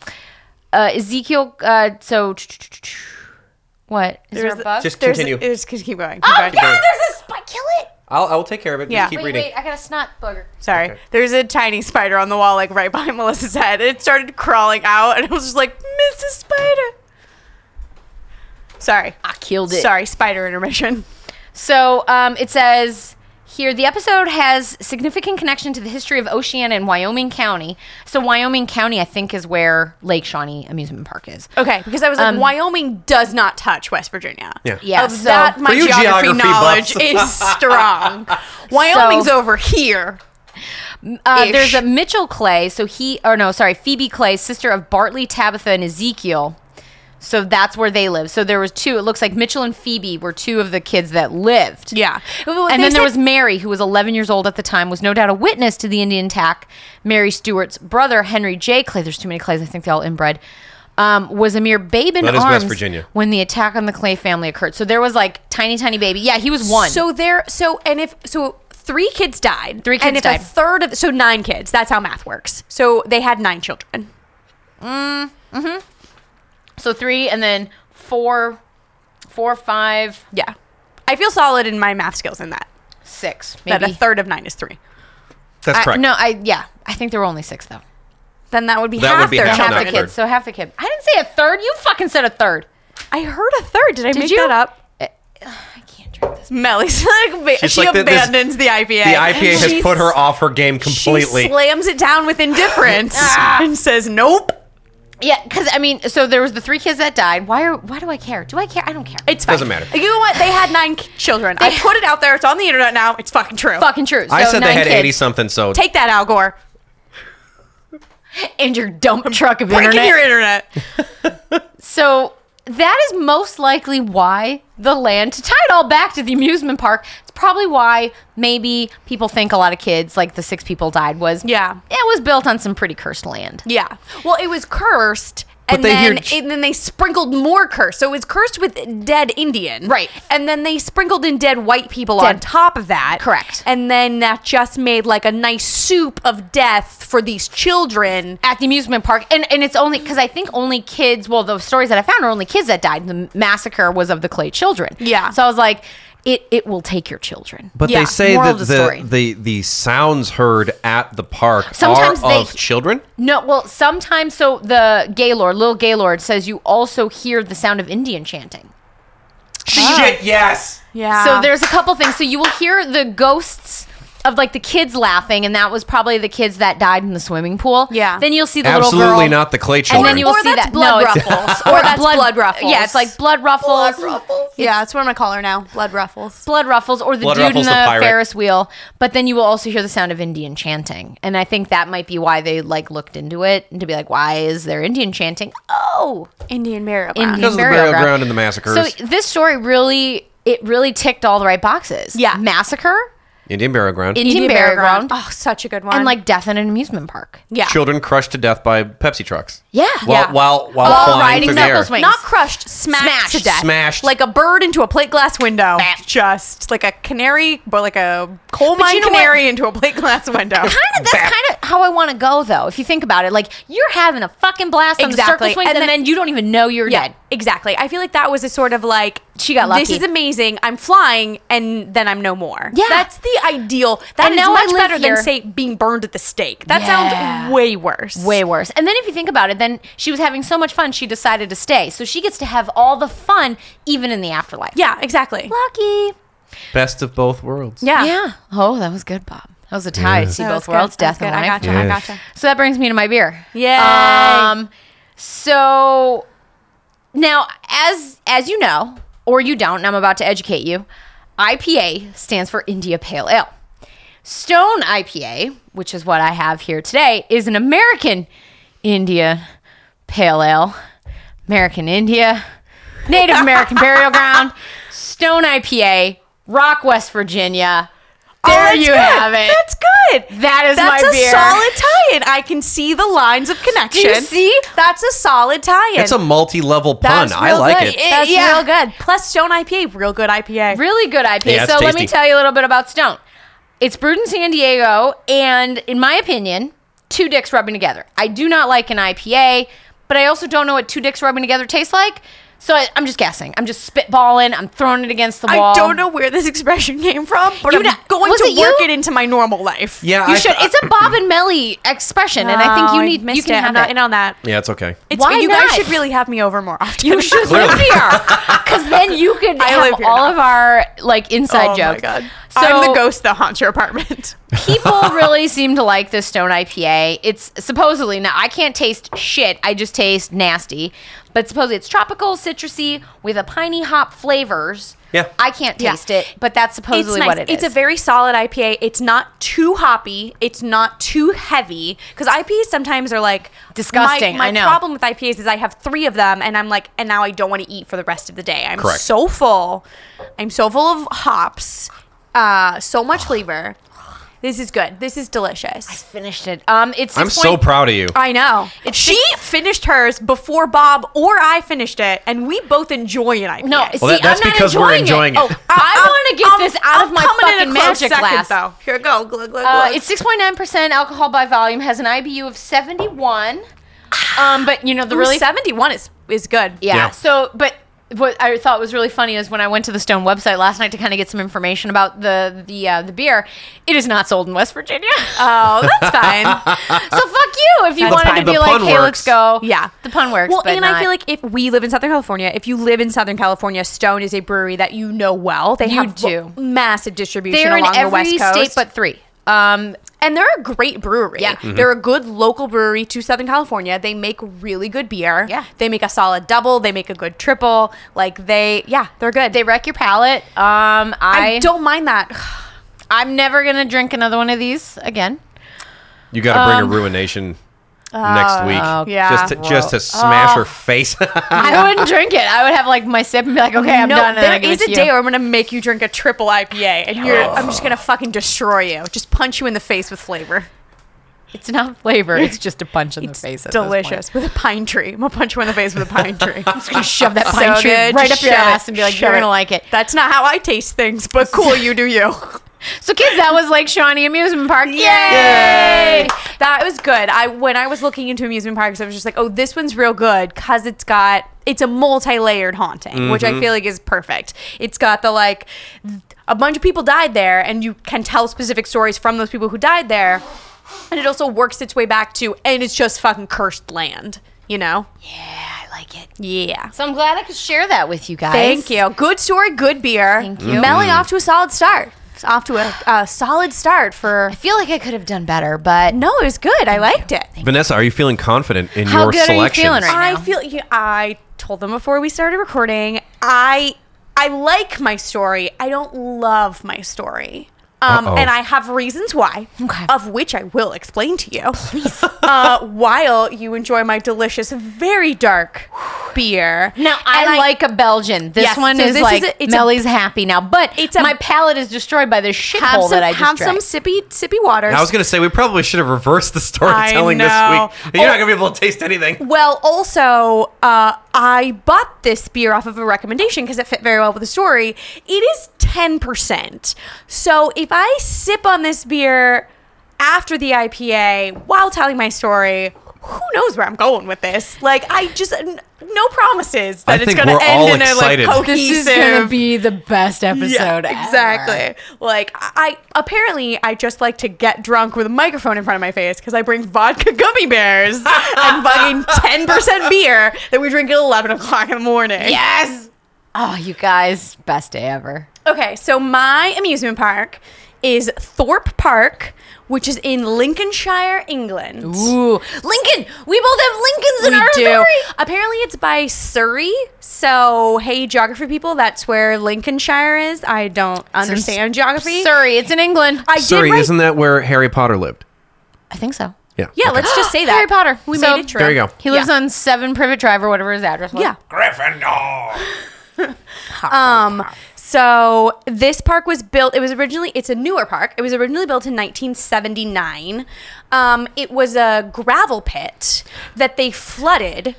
B: uh, Ezekiel. Uh, so what is there,
C: There's
B: a bug?
D: Just
C: There's-
D: continue.
C: It's just keep going.
B: oh
C: Keep
B: yeah,
C: going.
B: there's a spike. Kill it.
D: I'll, I'll take care of it.
C: Yeah.
D: Just keep
B: Wait,
D: reading.
B: wait, I got a snot booger.
C: Sorry.
D: Okay.
C: There's a tiny spider on the wall, like right behind Melissa's head. It started crawling out, and I was just like, Mrs. Spider. Sorry.
B: I killed it.
C: Sorry, spider intermission.
B: So um, it says here the episode has significant connection to the history of Oceana and Wyoming County. So Wyoming County, I think, is where Lake Shawnee Amusement Park is.
C: Okay, because I was like, Wyoming does not touch West Virginia.
D: Yeah.
B: Yeah,
C: Of
B: so-
C: that, my
D: For you
C: geography,
D: geography
C: knowledge
D: buffs.
C: is strong.
B: Oh.
C: Wyoming's over here.
B: Uh,
C: Ish.
B: there's a Mitchell Clay. So he, or no, sorry, Phoebe Clay, sister of Bartley, Tabitha, and Ezekiel. So that's where they live. So there was two. It looks like Mitchell and Phoebe were two of the kids that lived.
C: Yeah. Well,
B: and
C: they
B: then there was
C: said-
B: Mary, who was 11 years old at the time, was no doubt a witness to the Indian attack. Mary Stewart's brother, Henry J. Clay, there's too many Clays, I think they all inbred, um, was a mere babe in
D: That is West
B: arms
D: Virginia.
B: when the attack on the Clay family occurred. So there was like tiny, tiny baby. Yeah, he was one.
C: So there. So and if so, three kids died.
B: Three
C: and
B: kids
C: if
B: died.
C: A third of so nine kids. That's how math works. So they had nine children.
B: so three, and then four, four, five,
C: Yeah. I feel solid in my math skills in that.
B: six, maybe.
C: That a third of nine is three.
D: That's
B: I-
D: correct.
B: no, I yeah, I think there were only six though.
C: Then that would be
D: That
C: half
D: would be
C: their
D: half,
B: half the
D: not a
C: children.
D: third.
B: kids. So half the kid. I didn't say a third. You fucking said a third.
C: I heard a third. Did I make
B: you? Uh,
C: that up?
B: I can't drink this.
C: Melly's like ba-
D: She's
C: she
D: like, "This- this-
C: abandons the IPA.
D: the IPA has
C: She's-
D: put her off her game
C: She
D: completely. Ah.
C: slams it down with indifference and says, "Nope,
B: Yeah, because I mean, so there was the three kids that died. Why are why do I care? Do I care? I don't care.
C: it's fine.
D: Doesn't matter.
C: You know what? They had nine k- children. I put it out there. It's on the internet now. It's fucking true.
B: fucking true. So
D: I said they
B: nine
D: had
B: kids
D: 80 something, so
C: Take that, Al Gore.
B: in your dump truck of
C: Breaking
B: internet.
C: your internet.
B: So that is most likely why the land to tie it all back to the amusement park. It's probably why maybe people think a lot of kids, like the six people died, was
C: Yeah.
B: it was built on some pretty cursed land.
C: Yeah. Well, it was cursed.
D: But
C: And
D: they
C: then,
D: hear-
C: and then they sprinkled more curse. So it was cursed with dead Indian.
B: Right.
C: And then they sprinkled in dead white people
B: Dead.
C: on top of that.
B: Correct.
C: And then that just made like a nice soup of death for these children.
B: at the amusement park and and it's only because i think only kids well the stories that i found are only kids that died the massacre was of the clay children
C: Yeah.
B: so i was like it it will take your children
D: But
C: Yeah,
D: they say
B: moral
D: that
B: of the
D: the,
B: story.
D: the, the sounds heard at the park
B: Sometimes
D: are
B: they-
D: of children.
B: no well sometimes so the gaylord little gaylord says you also hear the sound of indian chanting Ah.
D: Shit, yes.
C: Yeah.
B: so there's a couple things so you will hear the ghosts of like the kids laughing and that was probably the kids that died in the swimming pool
C: Yeah.
B: then you'll see the little
D: Absolutely
B: girl
D: not the clay
B: and
D: children.
B: then you will
C: Or
B: see
C: that's
B: that
C: blood
B: no, it's-
C: ruffles. Or that's blood ruffles.
B: Yeah, it's like blood ruffles.
C: yeah, that's what I'm going to call her now. Blood Ruffles.
B: blood ruffles or the
D: Blood
B: dude in
D: Ruffles
B: the,
D: the pirate.
B: Ferris wheel, but then you will also hear the sound of Indian chanting. And I think that might be why they like looked into it and to be like, why is there Indian chanting? Oh,
C: Indian Miracle.
B: Indian
D: Because of the burial ground and the massacres.
B: Mm-hmm. So this story really, it really ticked all the right boxes.
C: Yeah.
B: massacre,
D: Indian burial ground.
B: Indian, burial ground,
C: Oh, such a good one.
B: and like death in an amusement park.
C: yeah.
D: Children crushed to death by Pepsi trucks.
B: Yeah.
D: While
B: Yeah.
D: while, while
B: All
D: flying
B: riding
D: through the air.
B: knuckles wings.
C: Not crushed, smashed,
B: Smashed.
C: to death.
D: Smashed.
C: Like a bird into a plate glass window.
B: Smashed.
C: Just like a canary, but like a coal
B: But
C: mine
B: you know
C: canary into a plate glass window.
B: Kind of, that's kind of how I want to go, though. If you think about it, like you're having a fucking blast on the
C: Exactly.
B: circle swings,
C: And
B: and,
C: then-
B: then you don't even know you're
C: Yeah,
B: dead.
C: exactly. I feel like that was a sort of like
B: She got
C: This
B: lucky.
C: is amazing. I'm flying, and then I'm no more.
B: Yeah.
C: that's the ideal. That
B: And
C: is
B: now I
C: much
B: live
C: better
B: here.
C: than say being burned at the stake. That
B: Yeah.
C: sounds way worse.
B: Way worse. And then if you think about it, then she was having so much fun, she decided to stay. So she gets to have all the fun, even in the afterlife.
C: Yeah, exactly.
B: Lucky.
D: Best of both worlds.
C: Yeah,
B: Oh, that was good, Bob. That was a tie to see
C: That was
B: both
C: good.
B: worlds,
C: That was
B: death and
C: good.
B: life.
C: I gotcha. I
D: Yes.
C: gotcha.
B: So that brings me to my beer.
C: Yay.
B: Um, so now, as as you know, or you don't, and I'm about to educate you. IPA stands for India Pale Ale. Stone IPA, which is what I have here today, is an American India Pale Ale. American India, Native American burial ground, Stone IPA, Rock, West Virginia. There
C: Oh, that's
B: you
C: good.
B: have it.
C: That's good.
B: That is
C: That's
B: my
C: a
B: beer.
C: solid tie-in. I can see the lines of connection.
B: see?
C: That's a solid tie-in.
D: It's a multi-level pun.
C: That's
D: I
C: real
D: like
C: good.
D: it.
B: It-
C: That's
B: yeah.
C: real good. Plus Stone IPA, real good IPA.
B: Really good IPA.
D: Yeah,
B: so
D: it's
B: let me
D: tasty.
B: tell you a little bit about Stone. It's brewed in San Diego, and in my opinion, two dicks rubbing together. I do not like an IPA, but I also don't know what two dicks rubbing together tastes like. So I, I'm just guessing. I'm just spitballing. I'm throwing it against the wall.
C: I don't know where this expression came from, but
B: You
C: I'm
B: know-
C: going
B: was
C: to
B: it
C: work
B: you?
C: it into my normal life.
D: Yeah,
B: You
D: I-
B: should. It's a Bob and Melly expression, and I think
C: Oh,
B: you need. you
C: missed
B: can
C: it.
B: have
C: I'm not
B: it.
C: in on that.
D: yeah, it's okay.
C: It's,
B: Why
C: you
B: not?
C: guys should really have me over more often.
B: You should live here, because then you could
C: I
B: have
C: live here
B: all
C: now.
B: of our like inside
C: Oh
B: jokes.
C: my god!
B: So
C: I'm the ghost that haunts your apartment.
B: people really seem to like this stone IPA. It's supposedly now I can't taste shit. I just taste nasty. But supposedly it's tropical, citrusy, with a piney hop flavors.
D: Yeah.
B: I can't
C: Yeah.
B: taste it, but that's supposedly
C: it's
B: what it
C: nice.
B: is.
C: It's a very solid IPA. It's not too hoppy. It's not too heavy because IPAs sometimes are like
B: Disgusting,
C: My, my
B: I know.
C: problem with IPAs is I have three of them and I'm like, and now I don't want to eat for the rest of the day. I'm
D: Correct.
C: so full. I'm so full of hops. Uh, so much flavor. This is good. This is delicious.
B: finished it. Um, it's.
D: I'm so proud of you.
B: uh,
C: I know. she finished hers before Bob or I finished it, and we both enjoy an IPA.
B: No, see,
D: that- that's
B: I'm not
D: because we're enjoying it.
B: Oh, I want to get
C: I'm-
B: this out
C: I'm
B: of my
C: coming in
B: fucking
C: a close
B: magic
C: second,
B: glass.
C: Though. Here, go. Glug, glug,
B: Uh,
C: glug.
B: it's 6.9% alcohol by volume, has an IBU of 71. Um, but you know the
C: Ooh,
B: really
C: 71 is is good.
B: Yeah.
D: Yeah.
B: So, but what I thought was really funny is when I went to the Stone website last night to kind of get some information about the the uh, the beer. It is not sold in West Virginia.
C: Oh, that's fine.
B: so fuck you if you
D: That's
B: wanted
D: fine.
B: to be
D: The
B: like,
D: pun
B: hey, let's
D: works.
B: go.
C: yeah.
B: the pun works.
C: Well,
B: but
C: and I
B: not-
C: feel like if we live in Southern California, if you live in Southern California, Stone is a brewery that you know well. They
B: You
C: have
B: do.
C: massive distribution
B: they're in
C: along the West
B: every
C: Coast.
B: state but three. Um,
C: and they're a great brewery.
B: Yeah.
C: They're a good local brewery to Southern California. They make really good beer.
B: Yeah.
C: They make a solid double. They make a good triple. Like they, yeah, they're good.
B: they wreck your palate. Um, I,
C: I don't mind that.
B: I'm never gonna drink another one of these again.
D: You got to
B: um,
D: bring a ruination
B: uh,
D: next week.
B: oh,
C: yeah.
D: Just to, just to smash her face.
B: I wouldn't drink it. I would have like my sip and be like, okay, I'm
C: no,
B: done. and I
C: there
B: give
C: is
B: it
C: a
B: to you.
C: day where I'm gonna make you drink a triple IPA, and you're, I'm just gonna fucking destroy you. Just punch you in the face with flavor.
B: it's not flavor. It's just a punch in the face. at this point.
C: Delicious with a pine tree. I'm gonna punch you in the face with a pine tree. I'm just gonna
B: shove that pine tree right up your ass and be like, "You're gonna like it."
C: That's not how I taste things, but cool, you do you.
B: So, kids, that was Lake Shawnee Amusement Park. Yay!
C: That was good. I when I was looking into amusement parks, I was just like, oh, this one's real good because it's got it's a multi-layered haunting, which I feel like is perfect. It's got the like a bunch of people died there, and you can tell specific stories from those people who died there, and it also works its way back to, and it's just fucking cursed land, you know?
B: I like it.
C: Yeah.
B: So I'm glad I could share that with you guys.
C: Thank you. Good story, good beer.
B: Thank you.
C: Melly off to a solid start. It's off to a, a solid start for.
B: I feel like I could have done better, but
C: No, it was good. I liked it.
D: Vanessa, are you feeling confident in
B: How
D: your
B: good are you
D: selections?
B: feeling right
C: I
B: now.
C: feel you. I told them before we started recording. I I like my story. I don't love my story. Um,
D: Uh-oh.
C: and I have reasons why,
B: Okay.
C: of which I will explain to you. Please. uh, while you enjoy my delicious, very dark beer.
B: now I
C: And
B: like a Belgian. This
C: Yes,
B: one
C: so
B: is
C: this is
B: like
C: a- it's a-
B: Melly's happy now, but
C: It's a-
B: my palate is destroyed by this
C: have
B: shithole
C: some,
B: that I just
C: have some
B: drank.
C: sippy sippy waters.
D: I was going to say, we probably should have reversed the storytelling this
C: know. Oh.
D: week. You're not going to be able to taste anything.
C: Well, also, uh, I bought this beer off of a recommendation because it fit very well with the story. It is 10%. So if I sip on this beer after the IPA while telling my story, who knows where I'm going with this? Like, I just, n- no promises
D: I
C: that it's
D: think
C: going to
D: we're all
C: end in a like
D: excited.
C: cohesive.
B: this is gonna be the best episode
C: Yeah,
B: ever.
C: exactly. Like I apparently I just like to get drunk with a microphone in front of my face because I bring vodka gummy bears and fucking ten percent beer that we drink at eleven o'clock in the morning.
B: Yes. Oh, you guys, best day ever.
C: Okay, so my amusement park is Thorpe Park, which is in Lincolnshire, England.
B: Ooh, Lincoln. We both have Lincolns in
C: we
B: our
C: do.
B: story.
C: Apparently, it's by Surrey. So, hey, geography people, that's where Lincolnshire is. I don't understand geography.
B: Surrey. It's in England.
C: I did
D: Sorry,
C: write-
D: isn't that where Harry Potter lived?
B: I think so.
D: Yeah.
C: Yeah,
D: okay.
C: let's just say that
B: Harry Potter.
C: We
B: So-
C: made it true.
D: There you go.
B: He lives
C: Yeah.
B: on Seven Privet Drive or whatever his address was.
C: Yeah.
A: Gryffindor.
C: Um. So this park was built. It was originally. It's a newer park. It was originally built in 1979. Um. It was a gravel pit that they flooded. Um.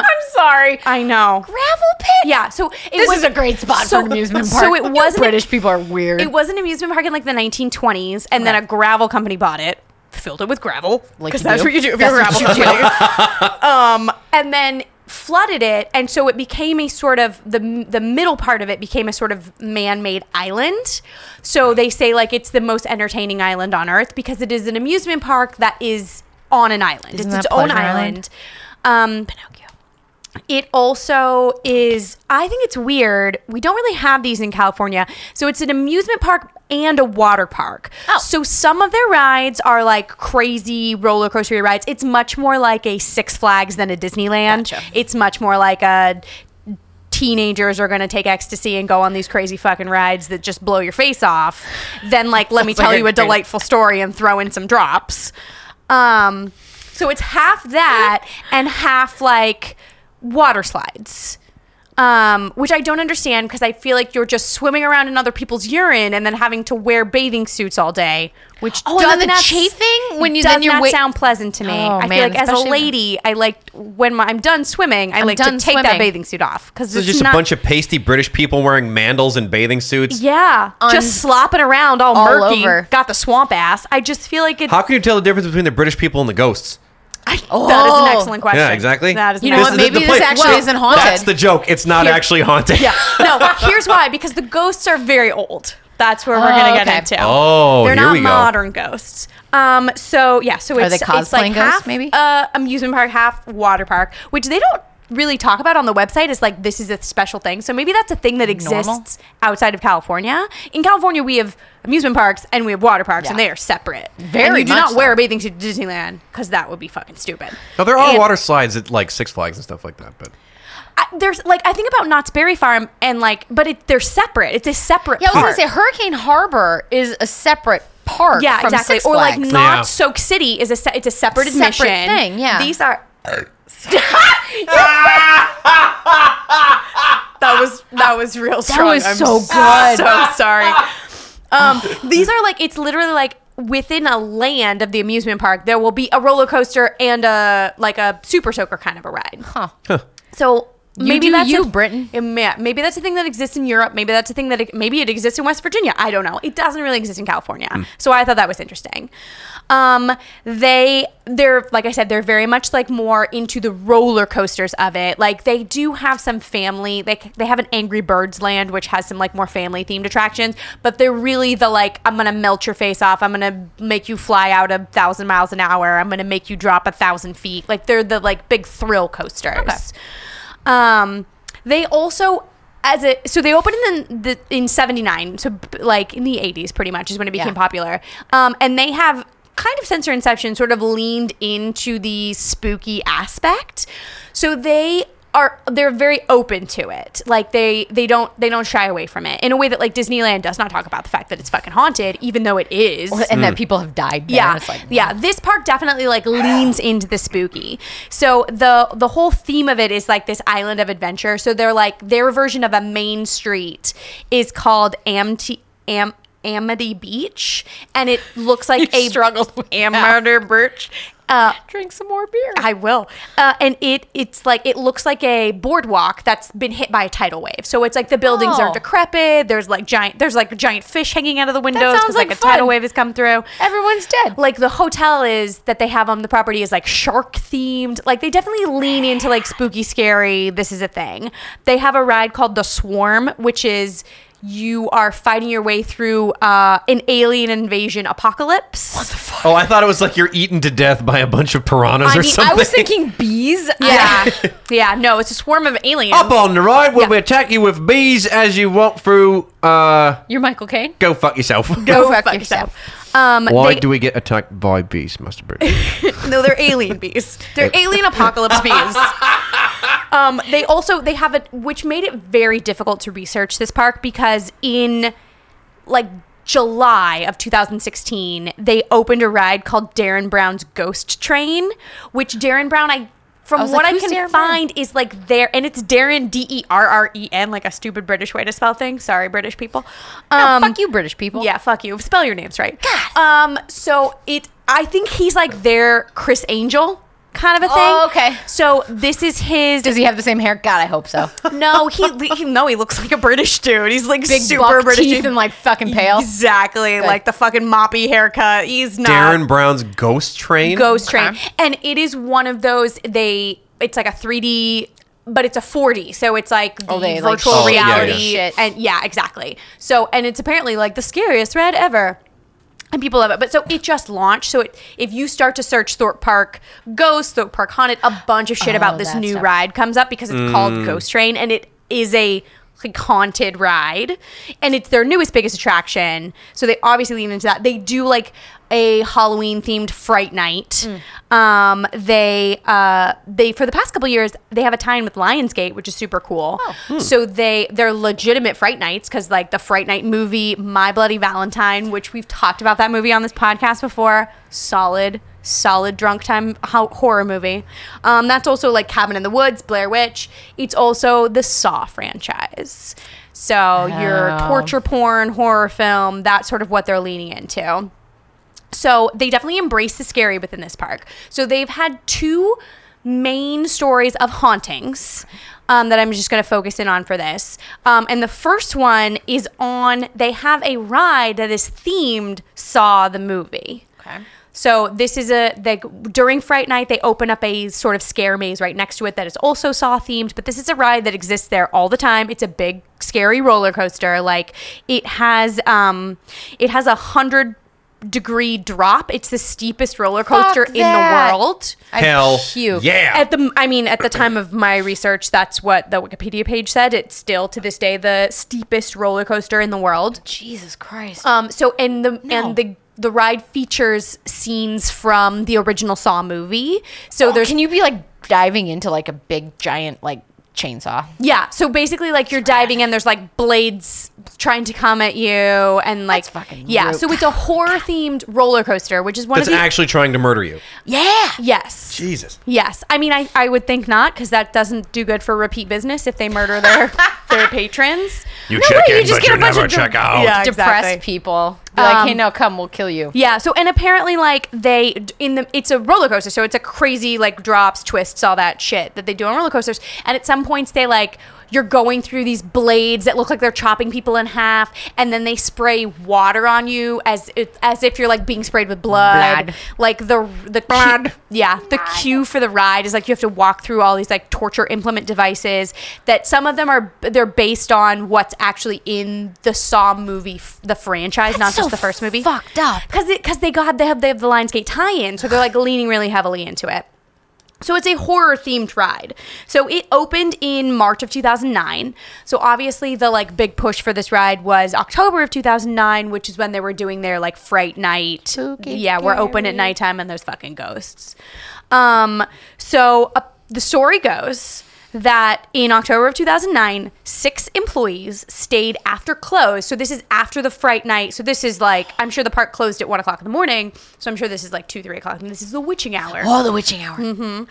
B: I'm sorry.
C: I know.
B: Gravel pit.
C: Yeah. So it
B: This
C: was
B: is a great spot
C: so-
B: for an amusement park.
C: So it wasn't.
B: British people are weird.
C: It was an amusement park in like the 1920s, and then a gravel company bought it, filled it with gravel,
B: Like
C: because
B: you
C: that's
B: do.
C: what you do if
B: That's
C: you're a gravel
B: what
C: company. um, and then flooded it, and so it became a sort of the the middle part of it became a sort of man-made island. So they say like it's the most entertaining island on earth because it is an amusement park that is on an island.
B: Isn't
C: it's
B: that
C: its own
B: Pleasure
C: island.
B: Island?
C: Um, Pinocchio. It also is, I think it's weird. We don't really have these in California. So it's an amusement park and a water park.
B: Oh.
C: So some of their rides are like crazy roller coaster rides. It's much more like a Six Flags than a Disneyland.
B: Gotcha.
C: It's much more like a teenagers are going to take ecstasy and go on these crazy fucking rides that just blow your face off than like let me
B: Sounds like
C: tell
B: a
C: you a
B: great-
C: delightful story and throw in some drops. Um, so it's half that and half like water slides. Um, which I don't understand because I feel like you're just swimming around in other people's urine and then having to wear bathing suits all day, which
B: Oh, and
C: does
B: then the
C: not,
B: chafing when you-
C: does
B: then you're
C: not
B: wa-
C: sound pleasant to me.
B: Oh,
C: I
B: man,
C: feel like as a
B: especially when-
C: lady, I like when my, I'm done swimming, I like to
B: done
C: take that
B: swimming.
C: bathing suit off because
D: This
C: it's
D: is just
C: not,
D: a bunch of pasty British people wearing mandals and bathing suits.
C: yeah, just slopping around all,
B: all
C: murky.
B: over.
C: Got the swamp ass. I just feel like it.
D: How can you tell the difference between the British people and the ghosts?
C: that is
B: Oh.
C: an excellent question.
D: Yeah, exactly.
C: That is
B: You
C: an
B: know
C: excellent
B: what? Maybe this actually isn't haunted.
D: That's the joke. It's not actually haunted.
C: Yeah. No, here's why. Because the ghosts are very old. That's where we're gonna get
B: okay.
C: into.
D: Oh,
C: they're
D: here
C: not
D: we go.
C: modern ghosts. Um. So yeah. So it's,
B: they
C: it's like
B: cosplaying ghosts,
C: half
B: maybe?
C: uh, amusement park, half water park, which they don't really talk about on the website is like this is a special thing. So maybe that's a thing that exists
B: Normal?
C: outside of California. In California, we have amusement parks and we have water parks, and
B: Yeah.
C: they are separate.
B: Very
C: And you do
B: much
C: not
B: so.
C: wear a bathing suit to Disneyland because that would be fucking stupid.
D: Now there are
C: And-
D: water slides at like Six Flags and stuff like that, but
C: I, there's like I think about Knott's Berry Farm and like, but it, they're separate. It's a separate.
B: Yeah, I was
C: park.
B: gonna say Hurricane Harbor is a separate park.
C: Yeah,
B: from
C: exactly.
B: Six
C: or like
B: Flags.
C: not
D: Yeah.
C: Soak City is a se- it's a separate admission
B: Separate thing, yeah.
C: these are. that was that was real strong.
B: was
C: Oh, I'm
B: so good.
C: So sorry. Um, these are like it's literally like within a land of the amusement park. There will be a roller coaster and a like a super soaker kind of a ride.
B: Huh.
C: So maybe
B: do
C: that's
B: you,
C: a-
B: Britain.
C: it may- maybe that's a thing that exists in Europe. Maybe that's a thing that it, maybe it exists in West Virginia. I don't know. It doesn't really exist in California. So I thought that was interesting. Um, they they're like I said, they're very much like more into the roller coasters of it. Like they do have some family. They c- they have an Angry Birds Land, which has some like more family themed attractions. But they're really the like I'm gonna melt your face off. I'm gonna make you fly out a thousand miles an hour. I'm gonna make you drop a thousand feet. Like they're the like big thrill coasters. Um, they also as a so they opened in the, the in 79 so b- like in the 80s pretty much is when it became
B: Yeah.
C: popular um, and they have kind of sensor inception sort of leaned into the spooky aspect so they are they're very open to it like they they don't they don't shy away from it in a way that like disneyland does not talk about the fact that it's fucking haunted even though it is
B: and that people have died. There.
C: yeah,
B: It's like,
C: yeah. This park definitely like leans into the spooky. So the the whole theme of it is like this island of adventure. So they're like their version of a main street is called Amity Am. Amity Beach, and it looks like a struggled Amity Beach. Uh,
B: Drink some more beer.
C: I will. Uh, and it it's like it looks like a boardwalk that's been hit by a tidal wave. So it's like the buildings
B: Oh.
C: are decrepit. There's like giant there's like giant fish hanging out of the windows
B: sounds
C: 'cause, like,
B: like
C: a tidal
B: fun.
C: wave has come through.
B: Everyone's dead.
C: Like the hotel is that they have on the property is like shark themed. Like they definitely lean into like spooky, scary. This is a thing. They have a ride called the Swarm, which is you are fighting your way through uh, an alien invasion apocalypse.
D: oh, I thought it was like you're eaten to death by a bunch of piranhas or
C: mean, I
D: something.
B: thinking bees.
C: Yeah, yeah. No, it's a swarm of aliens.
D: Up on the ride, where
C: Yeah.
D: we attack you with bees as you walk through. Uh,
B: You're Michael Caine.
D: go fuck yourself.
C: Go fuck yourself. Um,
D: Why
C: they-
D: do we get attacked by bees, Master Bruce?
C: no, they're alien bees. They're alien apocalypse bees. Um, they also they have it, which made it very difficult to research this park because in like July of 2016, they opened a ride called Darren Brown's Ghost Train, which Darren Brown I. From
B: I was
C: what
B: like,
C: I
B: "Who's
C: can
B: Darren Brown?"
C: find is like there, and it's Darren D E R R E N, like a stupid British way to spell things. Sorry, British people. Um,
B: fuck you, British people.
C: yeah, fuck you. Spell your names right. Um, so it I think he's like their Chris Angel kind of a thing.
B: Oh, okay.
C: So this is his
B: Does he have the same hair? God, I hope so.
C: No, he, he no, he looks like a British dude. He's like
B: Big
C: super
B: buck
C: British
B: teeth
C: dude.
B: and like fucking pale.
C: Exactly. Like the fucking moppy haircut. He's not
D: Darren Brown's ghost train.
C: Ghost
B: Okay.
C: Train. And it is one of those they it's like a 3D but it's a 4D, so it's like the
B: Oh, they, like,
C: virtual
D: Oh, yeah, yeah.
C: reality
B: shit.
C: and yeah, exactly. So and it's apparently like the scariest ride ever. And people love it. But so it just launched. So it, if you start to search Thorpe Park Ghost, Thorpe Park Haunted, a bunch of shit
B: Oh,
C: about this
B: that
C: new
B: stuff.
C: ride comes up because it's called Ghost Train and it is a like haunted ride and it's their newest biggest attraction. So they obviously lean into that. They do like a Halloween themed fright night. Um, they uh, they for the past couple years they have a tie-in with Lionsgate, which is super cool. So they they're legitimate Fright Nights because like the Fright Night movie, My Bloody Valentine, which we've talked about that movie on this podcast before. Solid, solid drunk time ho- horror movie. Um, that's also like Cabin in the Woods, Blair Witch. It's also the Saw franchise. So your
B: Oh.
C: torture porn, horror film, that's sort of what they're leaning into. So they definitely embrace the scary within this park. So they've had two main stories of hauntings um, that I'm just going to focus in on for this. Um, and the first one is on, they have a ride that is themed Saw the movie.
B: Okay.
C: So this is a like during Fright Night they open up a sort of scare maze right next to it that is also Saw themed, but this is a ride that exists there all the time. It's a big scary roller coaster. Like it has um it has a hundred degree drop. It's the steepest roller coaster in
B: that.
C: the world.
B: I
D: Hell
B: puke.
D: yeah.
C: At the, I mean, at the time of my research, that's what the Wikipedia page said. It's still to this day the steepest roller coaster in the world.
B: Jesus Christ.
C: Um, so and the and the the ride features scenes from the original Saw movie. So there's
B: Oh, Can you be like diving into like a big giant like chainsaw?
C: yeah. So basically, like you're diving and there's like blades trying to come at you and like
B: That's fucking
C: yeah.
B: rude.
C: So it's a horror themed roller coaster, which is one
D: That's
C: of the
D: actually trying to murder you.
B: Yeah.
C: yes.
D: Jesus.
C: Yes, I mean, I, I would think not because that doesn't do good for repeat business if they murder their their patrons.
A: You
B: No
A: check
B: way, you
A: in,
B: just
A: but
B: get
A: you
B: a bunch
A: never
B: of
A: check
B: de-
A: out.
C: Yeah. Exactly.
B: Depressed people. Be like,
C: Um,
B: hey, no, come, we'll kill you.
C: Yeah. So and apparently like they d- in the it's a roller coaster, so it's a crazy like drops, twists, all that shit that they do on roller coasters. And at some points they like you're going through these blades that look like they're chopping people in half, and then they spray water on you as it, as if you're like being sprayed with blood.
B: Blood.
C: Like the the Cue, yeah the cue for the ride is like you have to walk through all these like torture implement devices that some of them are they're based on what's actually in the Saw movie f- the franchise, not
B: so
C: just the first movie.
B: fucked up.
C: Because because they got they have they have the Lionsgate tie-in, so they're like leaning really heavily into it. So it's a horror themed ride. So it opened in March of 2009. So obviously the like big push for this ride was October of 2009, which is when they were doing their like Fright Night.
B: Spooky,
C: yeah, we're open at nighttime and there's fucking ghosts. Um so uh, the story goes that in October of 2009, six employees stayed after close. So this is after the Fright Night. So this is like, I'm sure the park closed at one o'clock in the morning. So I'm sure this is like two, three o'clock. And this is the witching hour
B: Oh, the witching hour.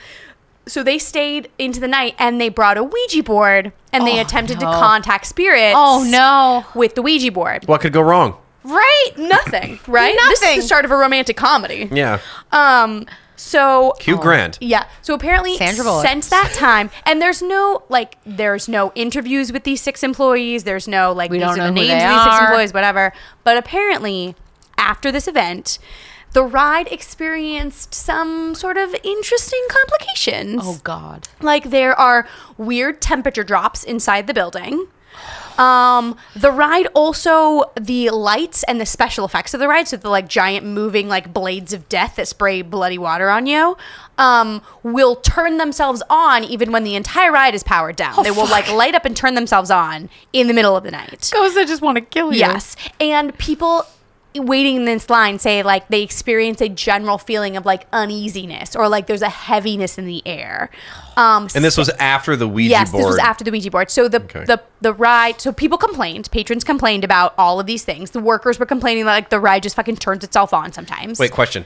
C: so they stayed into the night and they brought a Ouija board and they
B: Oh,
C: attempted
B: no.
C: to contact spirits.
B: Oh, no.
C: With the Ouija board.
D: What could go wrong?
C: Right? Nothing, right? This is
B: Nothing.
C: the start of a romantic comedy.
D: Yeah.
C: Um so
D: Hugh Grant.
C: yeah. So apparently,
B: Sandra Bullock.
C: since that time, and there's no like, there's no interviews with these six employees. There's no like,
B: We
C: these
B: don't
C: are the
B: know who
C: names
B: they
C: of these six
B: are.
C: employees, whatever. But apparently, after this event, the ride experienced some sort of interesting complications.
B: Oh, God.
C: Like there are weird temperature drops inside the building. Um, the ride also the lights and the special effects of the ride, so the like giant moving like blades of death that spray bloody water on you, um, will turn themselves on even when the entire ride is powered
B: Oh,
C: down. they will like light up and turn themselves on in the middle of the night.
B: Ghosts that just want to kill you.
C: Yes. And people waiting in this line say like they experience a general feeling of like uneasiness or like there's a heaviness in the air. Um
D: And this was after the Ouija
C: Yes,
D: board.
C: this was after the Ouija board. So the
D: Okay.
C: the the ride. So people complained. Patrons complained about all of these things. The workers were complaining that like the ride just fucking turns itself on sometimes.
D: Wait, question.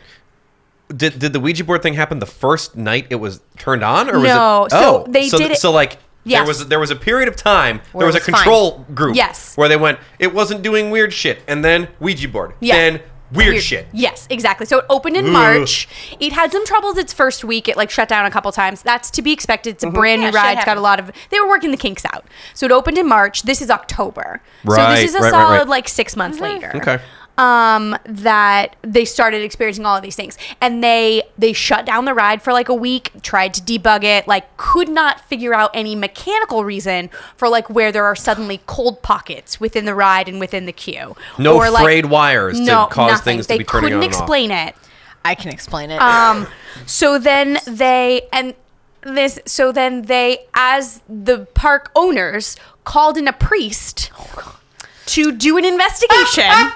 D: Did, did the Ouija board thing happen the first night it was turned on, or
C: No,
D: was it? Oh,
C: so they
D: so,
C: did
D: th-
C: it-
D: So like, there
C: Yes.
D: was there was a period of time
B: it
D: there was,
B: was
D: a
B: fine.
D: control group.
C: Yes.
D: where they went. It wasn't doing weird shit, and then Ouija board.
C: Yeah.
D: Then weird,
C: Weird.
D: shit.
C: Yes, exactly. So it opened in March. It had some troubles its first week. It like shut down a couple times. That's to be expected.
D: Mm-hmm.
C: It's a brand
E: Yeah,
C: new
E: shit
C: ride. It's got a
E: happens.
C: lot of. They were working the kinks out. So it opened in March. This is October. so
D: Right,
C: this is a
D: right, right,
C: solid
D: right.
C: like six months
E: Mm-hmm.
C: later.
D: Okay.
C: um, that they started experiencing all of these things, and they they shut down the ride for like a week, tried to debug it, like could not figure out any mechanical reason for like where there are suddenly cold pockets within the ride and within the queue.
D: No
C: like,
D: frayed wires to cause things to
C: they
D: be turning
C: couldn't
D: on and off.
C: explain it.
B: I can explain it.
C: Um, so then they and this so
D: Oh,
C: then they as the park owners called in a priest to do an investigation.
B: I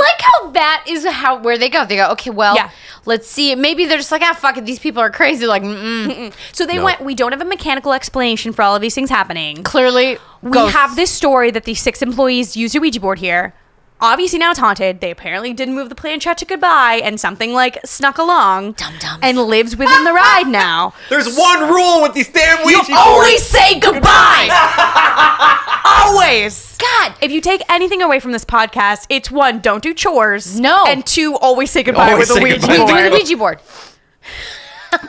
B: like how that is how where they go. They go, okay, well,
C: Yeah.
B: let's see. Maybe they're just like, ah, fuck it, these people are crazy. Like, mm-mm.
C: So they
D: No.
C: went, we don't have a mechanical explanation for all of these things happening.
B: clearly,
C: We have this story that these six employees used a Ouija board here. Obviously now it's haunted. They apparently didn't move the planchette to goodbye and something like snuck along
B: Dum-dums.
C: and lives within the ride now.
D: There's one rule with these damn Ouija boards.
C: Always say goodbye. Always.
B: God.
C: If you take anything away from this podcast, it's one, don't do chores.
B: No.
C: And two, always say goodbye
D: Always
C: with a
D: say
C: Ouija
D: goodbye.
C: board.
B: We do the Ouija board.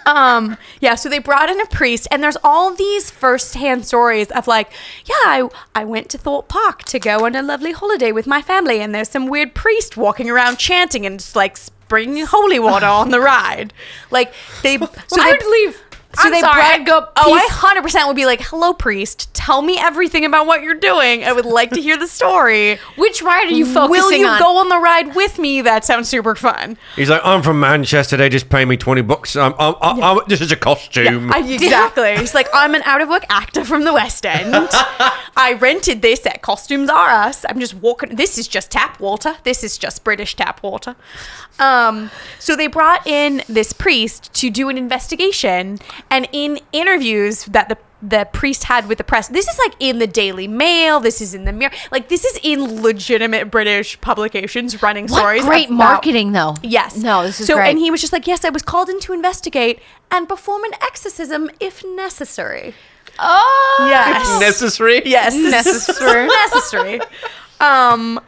C: Um, yeah, so they brought in a priest, and there's all these first-hand stories of like, yeah, I, I went to Thorpe Park to go on a lovely holiday with my family, and there's some weird priest walking around chanting and just like spraying holy water on the ride. Like they, so they
B: I would leave.
C: So
B: I'm
C: they
B: sorry,
C: brought,
B: I'd go,
C: Oh, I
B: "Peace."
C: hundred percent would be like, hello, priest, tell me everything about what you're doing. I would like to hear the story.
B: Which ride are you focusing
C: Will you
B: on?
C: go on the ride with me? That sounds super fun.
D: He's like, I'm from Manchester. They just pay me twenty bucks. I'm, I'm, I'm, I'm- this is a costume.
C: I- exactly. He's like, I'm an out of work actor from the West End. I rented this at Costumes R Us. I'm just walking. This is just tap water. This is just British tap water. Um, so they brought in this priest to do an investigation, and in interviews that the the priest had with the press. This is like in the Daily Mail. This is in the Mirror. Like this is in legitimate British publications running
B: What
C: stories.
B: great
C: about-
B: marketing, though.
C: Yes.
B: No, this is
C: so.
B: great.
C: And he was just like, "Yes, I was called in to investigate and perform an exorcism if necessary."
B: Oh.
C: Yes.
D: Necessary.
C: yes.
B: Necessary.
C: necessary. Um.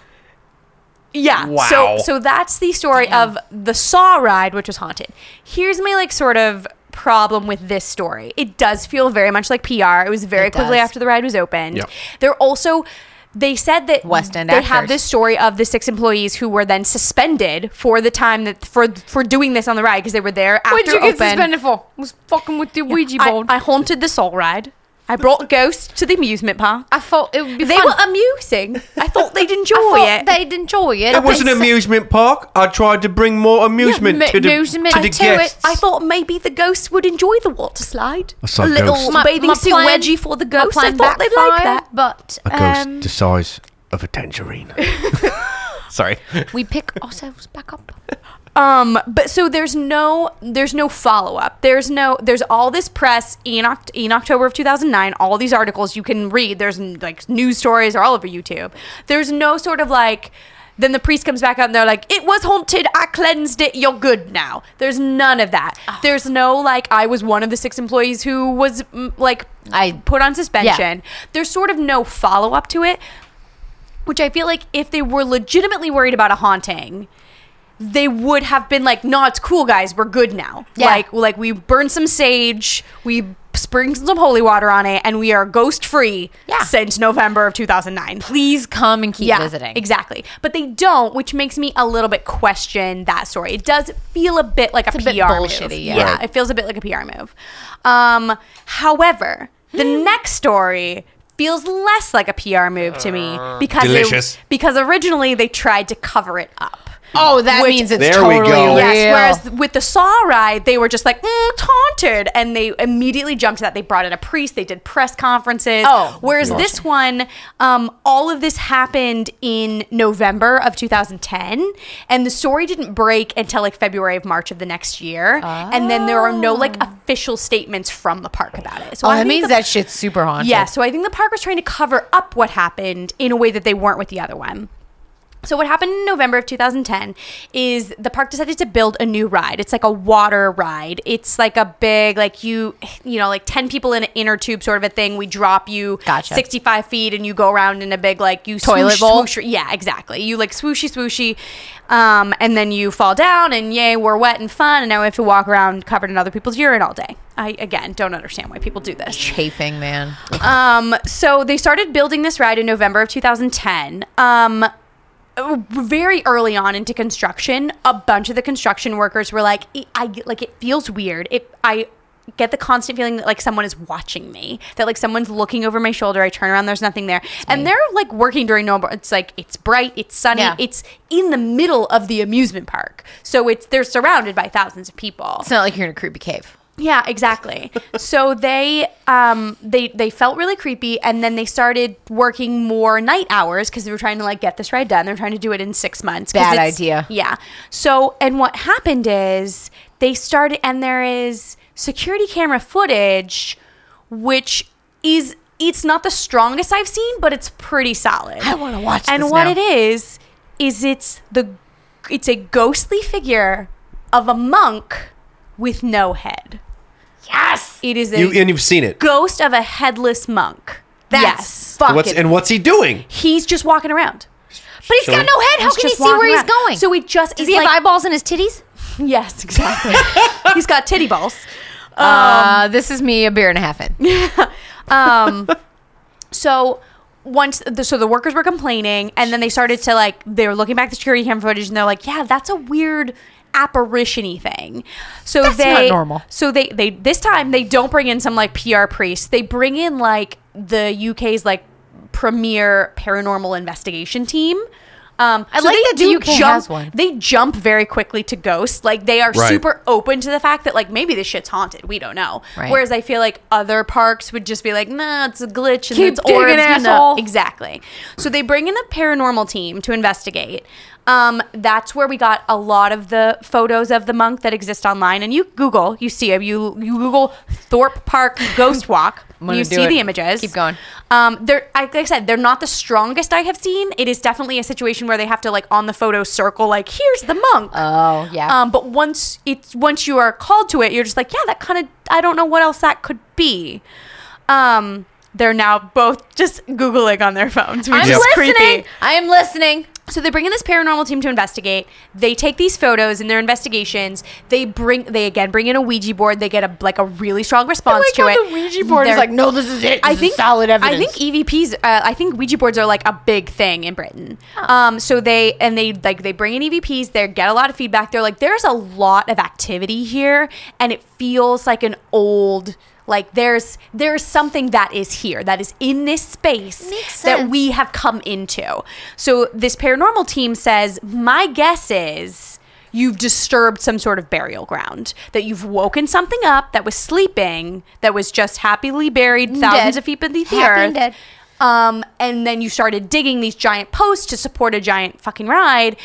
C: Yeah. So
D: Wow.
C: so that's the story of the Saw ride, which was haunted. Here's my like sort of problem with this story. It does feel very much like PR. It was very
B: It
C: quickly
B: does.
C: after the ride was opened.
D: Yep.
C: They're also they said that
B: West End
C: they have
B: actors.
C: this story of the six employees who were then suspended for the time that for for doing this on the ride because they were there after
B: What'd you get
C: open.
B: suspended for? Was fucking with the Ouija
C: I,
B: board.
C: I haunted the Soul Ride. I brought ghosts to the amusement park.
B: I thought it would be
C: They
B: fun.
C: were amusing. I thought they'd enjoy
B: I thought
C: it.
B: they'd enjoy it.
D: It was an amusement park. I tried to bring more amusement
B: Yeah,
D: to the,
B: amusement
D: to the
B: to it.
D: guests.
C: I thought maybe the ghosts would enjoy the water slide.
D: I saw
C: a little
D: ghosts.
C: bathing suit wedgie for the ghosts. I thought they'd like that.
B: But
D: a ghost
B: um,
D: the size of a tangerine. Sorry.
B: we pick ourselves back up.
C: Um, but so there's no there's no follow up. There's no there's all this press in Oct- in October of 2009. All these articles you can read. There's like news stories are all over YouTube. There's no sort of like. Then the priest comes back out and they're like, "It was haunted. I cleansed it. You're good now." There's none of that. There's no like, I was one of the six employees who was mm, like,
B: I-
C: put on suspension. There's sort of no follow up to it, which I feel like if they were legitimately worried about a haunting, they would have been like, "No, it's cool, guys. We're good now.
B: Yeah.
C: Like, like we burned some sage, we sprinkled some holy water on it, and we are ghost free
B: Yeah.
C: since November of 2009."
B: Please come and keep visiting.
C: exactly. But they don't, which makes me a little bit question that story. It does feel a bit like a,
B: a
C: PR
B: bit
C: move.
B: bullshitty, yeah.
D: Right.
C: it feels a bit like a PR move. Um, however, the
B: Hmm.
C: next story feels less like a PR move to me because they-
D: Uh. Delicious.
C: because originally they tried to cover it up.
B: Oh, that
C: Which-
B: means it's
D: There we
B: totally
D: go.
B: real.
C: Yes. Whereas th- with the Saw ride, they were just like mm, it's haunted, and they immediately jumped to that. They brought in a priest. They did press conferences.
B: Oh,
C: whereas this one, um, all of this happened in November of 2010, and the story didn't break until like February of March of the next year. And then there are no like official statements from the park about it. So
B: oh,
C: I
B: that
C: think
B: means
C: the-
B: that shit's super haunted.
C: yeah, so I think the park was trying to cover up what happened in a way that they weren't with the other one. So what happened in November of 2010 is the park decided to build a new ride. It's like a water ride. It's like a big like you you know like 10 people in an inner tube sort of a thing. We drop you
B: Gotcha.
C: 65 feet and you go around in a big like you
B: Toilet
C: swoosh,
B: bowl?
C: swoosh- yeah, exactly. You like swooshy swooshy um, and then you fall down and yay, we're wet and fun and now we have to walk around covered in other people's urine all day. I again don't understand why people do this.
B: Chafing, man.
C: Um, so they started building this ride in November of 2010. Um, very early on into construction, a bunch of the construction workers were like, "I- "I like it feels weird. It I." Get the constant feeling that like someone is watching me, that like someone's looking over my shoulder. I turn around, there's nothing there, and they're like working during normal. It's like it's bright, it's sunny,
B: Yeah.
C: it's in the middle of the amusement park, so it's they're surrounded by thousands of people.
B: It's not like you're in a creepy cave.
C: Yeah, exactly. so they um they they felt really creepy and then they started working more night hours because they were trying to like get this ride done. They're trying to do it in 6 months. 'cause
B: Bad
C: it's-
B: idea.
C: Yeah. So and what happened is they started and there is security camera footage which is it's not the strongest I've seen, but it's pretty solid.
B: I wanna watch
C: And
B: this
C: what
B: now.
C: it is is it's the it's a ghostly figure of a monk with no head.
B: Yes.
C: It is a
F: You and you've seen it.
C: ghost of a headless monk. That's
B: Yes.
C: fucking.
F: What's and what's he doing?
C: he's just walking around.
B: But he's got
F: Sure.
B: no head. How
C: He's
B: can he
C: just
B: see where
C: walking
B: he's
C: around.
B: going?
C: So he just
B: does
C: is
B: he have
C: like,
B: eyeballs in his titties?
C: yes, exactly. he's got titty balls.
B: Uh, this is me a beer and a half in.
C: So once the, so the workers were complaining and then they started to like they were looking back at the security camera footage and they're like yeah that's a weird apparition-y thing so
B: That's
C: they
B: not normal.
C: so they they this time they don't bring in some like pr priest they bring in like the uk's like premier paranormal investigation team um, I
B: like that the UK
C: jump,
B: has one.
C: They jump very quickly to ghosts. Like they are
F: Right.
C: super open to the fact that like maybe this shit's haunted. We don't know.
B: Right.
C: Whereas I feel like other parks would just be like, nah, it's a glitch and
B: Keep
C: it's
B: digging,
C: orbs, you know.
B: asshole.
C: Exactly. So they bring in a paranormal team to investigate. Um, that's where we got a lot of the photos of the monk that exist online. And you Google, you see him. You you Google Thorpe Park Ghost Walk.
B: gonna
C: you
B: do
C: see
B: it.
C: the images.
B: Keep going.
C: Um, they're like I said, they're not the strongest I have seen. It is definitely a situation where they have to like on the photo circle, like here's the monk.
B: Oh, yeah.
C: Um, but once it's once you are called to it, you're just like, yeah, that kind of I don't know what else that could be. Um, they're now both just googling on their phones, which
B: I'm
C: is
B: listening.
C: creepy.
B: I am listening.
C: So they bring in this paranormal team to investigate. They take these photos in their investigations. They bring they again bring in a Ouija board. They get a like a really strong response
B: Oh my
C: to
B: God,
C: it.
B: the Ouija board is
C: They're-
B: like, no, this is it. This
C: I think
B: is solid evidence.
C: I think EVPs. Uh, I think Ouija boards are like a big thing in Britain. Um, so they and they like they bring in EVPs. They get a lot of feedback. They're like, there's a lot of activity here, and it feels like an old. Like there's there's something that is here that is in this space
B: Makes
C: that
B: sense.
C: we have come into. So this paranormal team says, my guess is you've disturbed some sort of burial ground that you've woken something up that was sleeping that was just happily buried thousands
B: Dead.
C: of feet beneath the
B: Happy and
C: earth.
B: dead.
C: Um, and then you started digging these giant posts to support a giant fucking ride,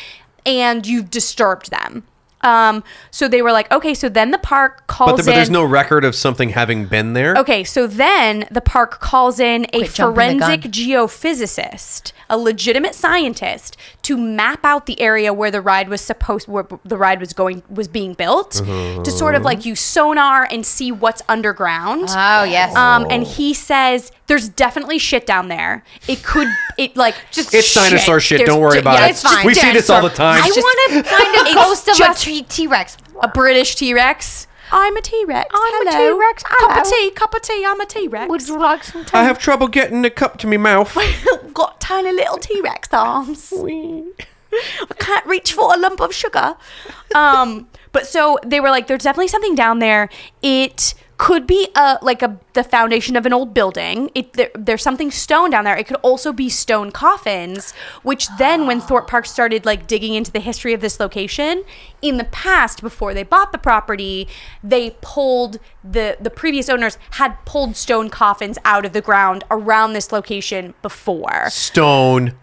C: and you've disturbed them. Um, so they were like, okay, so then the park calls
F: But, the, but
C: in.
F: there's no record of something having been there.
C: Okay, so then the park calls in a
B: Quit jumping the
C: forensic
B: gun.
C: geophysicist, a legitimate scientist, to map out the area where the ride was supposed, where the ride was going, was being built, to sort of like use sonar and see what's underground.
B: Oh, yes.
C: Um, and he says there's definitely shit down there. It could, it like just
F: It's dinosaur shit.
C: There's
F: Don't worry
C: ju-
F: about
C: yeah,
F: it.
C: It's fine.
F: We see this all the time.
B: I
C: It's just-
B: want to find a ghost of a
C: just-
B: T Rex.
C: a British T Rex. I'm a T Rex.
B: I'm a
C: Hello.
B: T-Rex.
C: Cup of
B: Hello.
C: tea. Cup of tea. I'm a T Rex.
B: Would you like some
F: I
B: time?
F: have trouble getting the cup to my mouth.
C: got tiny little T Rex arms. I can't reach for a lump of sugar. Um, but so they were like, there's definitely something down there. It could be a like a the foundation of an old building. It there, there's something stone down there. It could also be stone coffins, which then when Thorpe Park started like digging into the history of this location, in the past before they bought the property, they pulled the the previous owners had pulled stone coffins out of the ground around this location before.
F: Stone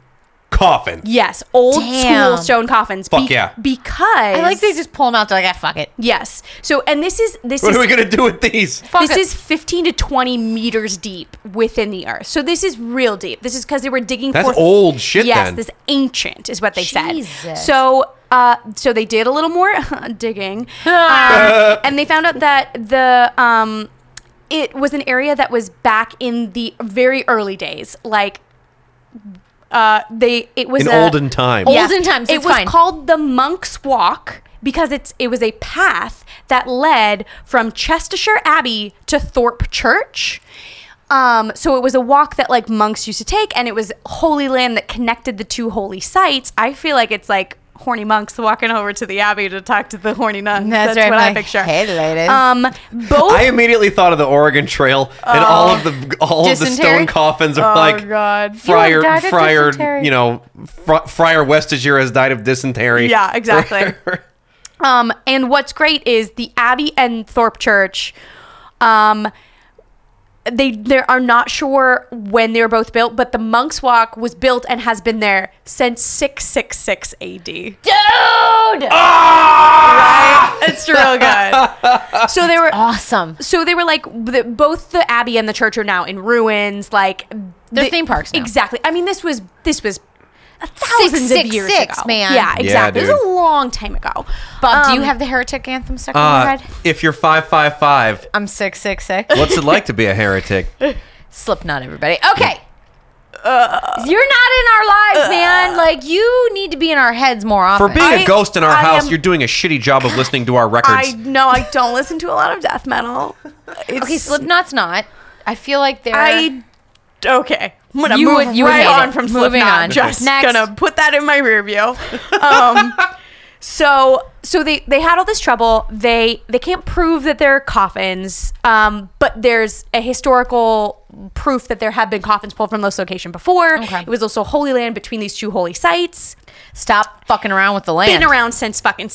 F: coffin.
C: Yes, old
B: Damn.
C: school stone coffins.
F: Fuck yeah.
C: Because
B: I like they just pull them out. They're like, ah, fuck it.
C: yes. So and this is this
F: What
C: is
F: are we gonna do with these?
B: Fuck
C: this
B: it.
C: is 15 to 20 meters deep within the earth. So this is real deep. This is because they were digging.
F: That's
C: for-
F: old shit
C: Yes,
F: then.
C: this ancient is what they said.
B: Jesus.
C: So. Uh, so they did a little more digging, um, and they found out that the um, it was an area that was back in the very early days, like uh, they it was
F: In
C: a-
F: olden times.
C: Yes.
B: Olden times,
C: It
B: it's
C: was
B: fine.
C: called the Monk's Walk because it's it was a path that led from Chestershire Abbey to Thorpe Church. Um, so it was a walk that like monks used to take, and it was holy land that connected the two holy sites. I feel like it's like horny monks walking over to the abbey to talk to the horny nuns. That's,
B: right,
C: what I
B: my-
C: picture.
B: Hey, ladies.
C: Um, both
F: I immediately thought of the Oregon Trail and all of the all of the
B: dysentery?
F: stone coffins are like
C: God.
F: Friar
B: You have died of
F: Friar
B: dysentery.
F: you know Fr- Friar Westager has died of dysentery.
C: yeah, exactly. Um, and what's great is the Abbey and Thorpe Church. Um, they they are not sure when they were both built, but the Monks Walk was built and has been there since 666 AD.
B: Dude!
C: It's real good. so they were
B: Awesome.
C: so they were like the, both the abbey and the church are now in ruins like
B: They're
C: the-
B: theme parks now.
C: exactly i mean this was this was thousands of years
B: 666,
C: ago
B: man.
C: yeah
B: Yeah,
C: exactly it was
D: dude.
C: a long time ago
B: Bob, do you
C: Um,
B: have the heretic anthem stuck in your
D: Uh,
B: head?
D: if you're five five five,
B: I'm 666.
D: what's it like to be a heretic?
B: Slipknot, everybody. Okay. Uh, You're not in our
C: Uh,
B: lives, man. Like, you need to be in our heads more often.
D: For being a
C: I-
D: ghost in our
C: I
D: house,
C: am-
D: you're doing a shitty job of listening to our records.
C: i know i don't listen to a lot of death metal it's,
B: okay, Slipknot's not. I feel like they're.
C: i okay i'm gonna
B: You
C: move
B: would- you would
C: right
B: hate
C: on
B: it.
C: from
B: Moving
C: Slipknot.
B: on.
C: just
B: Next.
C: gonna put that in my rear view um so so they they had all this trouble they they can't prove that they're coffins um but there's a historical proof that there have been coffins pulled from this location before
B: Okay.
C: it was also holy land between these two holy sites
B: Stop fucking around with the land.
C: been around since fucking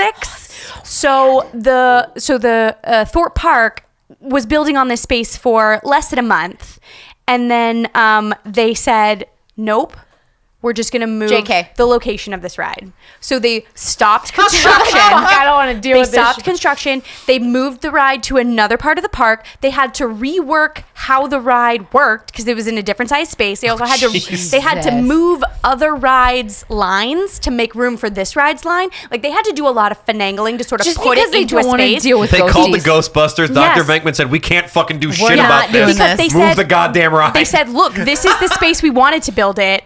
C: 666 so the so the uh, thorpe park was building on this space for less than a month and then um, they said nope we're just gonna move
B: JK.
C: the location of this ride so they stopped construction
B: I don't wanna deal
C: they
B: with this
C: stopped
B: shit.
C: construction they moved the ride to another part of the park they had to rework how the ride worked because it was in a different size space they also had to they had to
B: Jesus.
C: move move other rides' lines to make room for this ride's line. Like they had to do a lot of finagling to sort of
B: Just
C: put
B: because
C: it
B: they
C: into a
B: don't want to
C: space.
B: deal with
D: they called the
B: ghosties.
D: Ghostbusters. Dr.
C: Yes.
D: Venkman said, We can't fucking do shit
B: not
D: about
B: doing
D: this.
B: this.
C: because they
D: Move
C: said um,
D: the goddamn ride.
C: they said, "Look, this is the space we wanted to build it."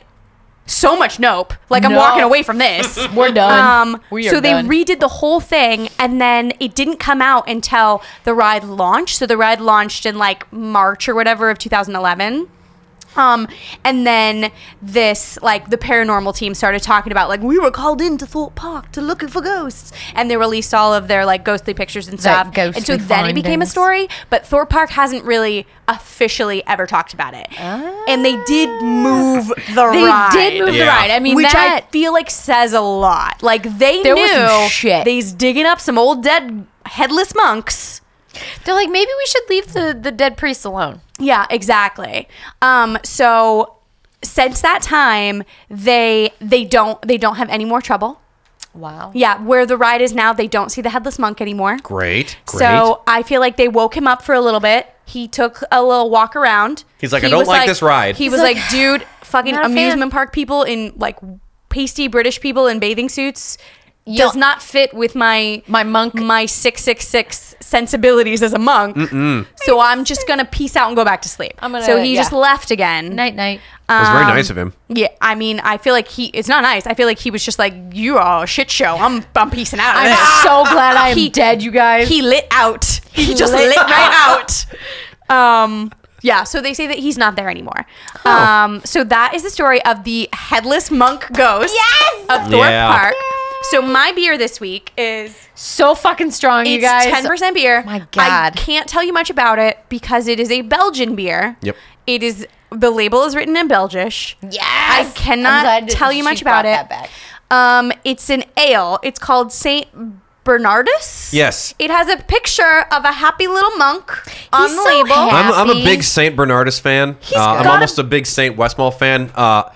C: So much nope. Like I'm
B: No.
C: walking away from this.
B: We're done.
C: Um,
B: We are
C: so they
B: done.
C: redid the whole thing, and then it didn't come out until the ride launched. So the ride launched in like March or whatever of 2011. Um, and then this, like, the paranormal team started talking about, like, we were called into Thorpe Park to looking for ghosts, and they released all of their like ghostly pictures and
B: That
C: stuff. And so
B: ghostly
C: then it became a
B: findings.
C: story, but Thorpe Park hasn't really officially ever talked about it. And they did move the
B: Ah. They
C: ride
B: did move the
D: Yeah.
B: ride. I mean,
C: which
B: that.
C: I feel like says a lot. Like they
B: There
C: knew
B: was some shit.
C: they's digging up some old dead headless monks.
B: they're like, maybe we should leave the, the dead priest alone.
C: Yeah, exactly. Um, so since that time, they they don't they don't have any more trouble.
B: Wow.
C: Yeah, where the ride is now, they don't see the headless monk anymore.
D: Great. Great.
C: So I feel like they woke him up for a little bit. He took a little walk around.
D: He's like, "I
C: He
D: don't
C: was
D: like this ride."
C: He
D: He's
C: was
B: like,
C: like, dude, fucking
B: not a fan."
C: amusement park people in like pasty British people in bathing suits
B: Yeah.
C: does not fit with my
B: My monk-
C: my six six six sensibilities as a monk. So I'm just gonna peace out and go back to sleep.
B: I'm gonna-
C: so he just
B: yeah.
C: left again.
B: Night, night.
D: it was very
C: um,
D: nice of him.
C: Yeah, I mean, I feel like he. It's not nice. I feel like he was just like, "You are a shit show. I'm, I'm peacing out." of
B: I'm
C: this."
B: so glad I am dead, you guys.
C: He lit out. He, just lit, right out. Um, yeah, so they say that he's not there anymore. Um, so that is the story of the headless monk ghost
B: Yes!
C: of Thorpe
D: Yeah.
C: Park. So my beer this week is
B: so fucking strong, you
C: it's
B: guys. oh
C: ten percent beer.
B: My
C: I
B: God.
C: can't tell you much about it because it is a Belgian beer.
D: Yep.
C: It is the label is written in Belgish.
B: Yes.
C: I cannot tell you much about it. Um, it's an ale. It's called Saint Bernardus.
D: Yes.
C: It has a picture of a happy little monk on
B: He's
C: the
B: so
C: label.
B: happy.
D: I'm, I'm a
B: Happy.
D: big St. Bernardus fan. Uh, I'm
C: got
D: almost
C: a-
D: a big St. Westmall fan. Uh, this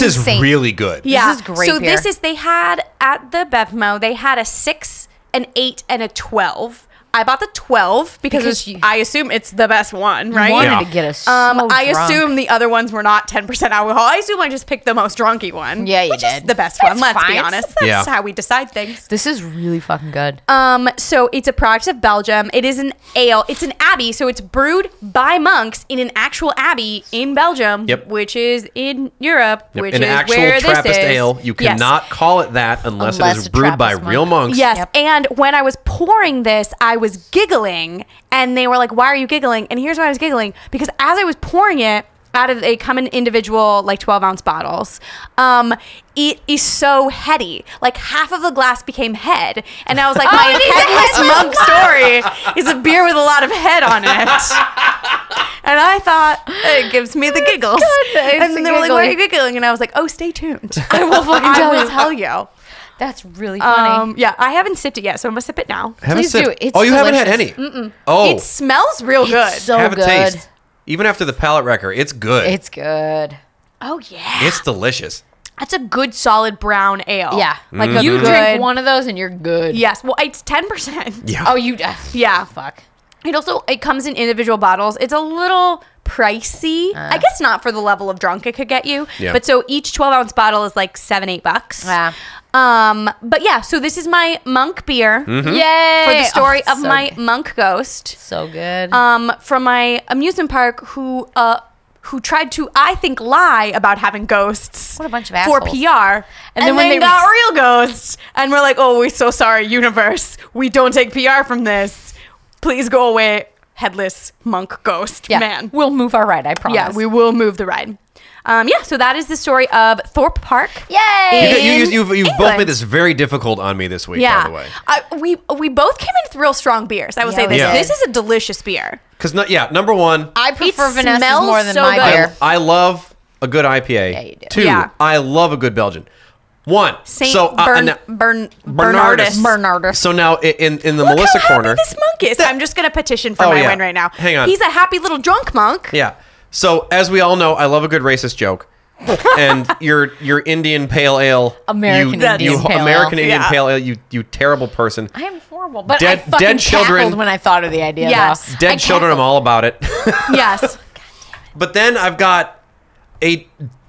B: Anything
D: is
B: Saint.
D: really good.
C: Yeah.
B: is great
C: So
B: beer.
C: this is they had at the Bevmo. They had a six, an eight, and a twelve. I bought the twelve because,
B: Because
C: it's-
B: you-
C: I assume it's the best one, right?
B: wanted
D: Yeah.
B: to get us.
C: Um, I
B: drunk.
C: assume the other ones were not 10% alcohol. I assume I just picked the most drunky one.
B: Yeah, you
C: which Is
B: did.
C: the best
B: That's
C: one, let's be
B: fine.
C: honest. That's
D: Yeah.
C: how we decide things.
B: this is really fucking good.
C: Um, so it's a product of Belgium. It is an ale. It's an abbey, so it's brewed by monks in an actual abbey in Belgium,
D: Yep.
C: which is in Europe,
D: Yep.
C: which
D: An
C: is
D: actual
C: where
D: Trappist
C: this is.
D: ale. You
C: Yes.
D: cannot call it that unless, it
B: Unless
D: is
B: a
D: brewed by
B: Trappist
D: real
B: monk.
D: monks.
C: Yes,
B: Yep.
C: and when I was pouring this, I was giggling, and they were like, "Why are you giggling?" And here's why I was giggling because as I was pouring it out of they come in individual like 12 ounce bottles, um, it is so heady. Like half of the glass became head, and I was like, "My
B: it is a
C: headless, monk story is a beer with a lot of head on it." and I thought it gives
B: Oh
C: me the giggles.
B: good. It's
C: And they were like, "Why are you
B: giggling.
C: giggling?" And I was like, "Oh, stay tuned.
B: I will fucking
C: I
B: tell
C: will
B: you.
C: tell you."
B: That's really funny.
C: Um, yeah, I haven't sipped it yet, so I'm gonna sip it now.
D: Have
B: Please
D: a sip.
B: do. It's
D: oh, you haven't had any.
B: delicious.
D: Oh,
C: It smells real good.
B: it's so
D: have
B: good.
D: a taste. Even after the palate wrecker, it's good.
B: It's
D: It's,
B: good.
C: oh yeah,
D: delicious.
C: that's a good solid brown ale.
B: Yeah.
C: like
D: Mm-hmm.
C: a
B: You
C: good,
B: drink one of those and you're good.
C: Yes, well, it's ten percent.
D: Yeah.
B: Oh, you. Uh,
C: Yeah.
B: Fuck.
C: It also it comes in individual bottles. It's a little pricey. I guess not for the level of drunk it could get you.
D: Yeah.
C: But so each twelve ounce bottle is like seven eight bucks.
B: Yeah.
C: Um. But yeah. So this is my monk beer
D: Hmm?
B: Yay!
C: for the story
B: Oh,
C: of
B: so
C: my
B: good.
C: monk ghost.
B: So good.
C: um, from my amusement park who uh, who tried to, I think, lie about having ghosts.
B: What a bunch of
C: for
B: assholes.
C: PR. And,
B: And
C: then
B: then
C: when they
B: they-
C: got real ghosts, and we're like, oh, we're so sorry, universe. We don't take PR from this. Please go away, headless monk ghost
B: yeah.
C: man.
B: We'll move our ride. I promise.
C: yeah, we will move the ride. Um, yeah, so that is the story of Thorpe Park.
D: You,
B: Yay!
D: you, you,
C: in
D: you've, you've both
C: England.
D: made this very difficult on me this week, by the way.
C: I, we we both came in with real strong beers. I will
B: Yeah,
C: say
B: we
C: this.
D: Yeah.
C: This is a delicious beer.
D: Because, no, yeah, number one,
B: I prefer
C: It
B: Vanessa's
C: smells
B: more than
C: so
B: my
C: good.
B: beer.
D: I love a good IPA.
B: you do.
D: Two,
C: Yeah.
D: I love a good Belgian. One,
C: Saint
D: so uh,
C: Bern,
D: and-
C: Bern,
D: Bernardus.
C: Bernardus.
B: Bernardus.
D: So now i- in in the
C: Look
D: Melissa
C: how
D: corner,
C: Happy this monk is. I'm just gonna petition for
D: Oh,
C: my
D: yeah.
C: win right now.
D: Hang on.
C: He's a happy little drunk monk.
D: yeah. So as we all know, I love a good racist joke, and your your Indian pale ale,
B: American
D: you,
B: Indian
D: you,
B: Pale Ale.
D: American Indian
C: Yeah.
D: pale ale, you you terrible person.
B: I am horrible, but
D: Dead-
B: I fucking
D: dead children-
B: cackled when I thought of the idea.
C: Yes.
B: though.
D: Dead
B: I
D: children, I'm
B: cackled.
D: all about it.
C: Yes.
D: but then I've got a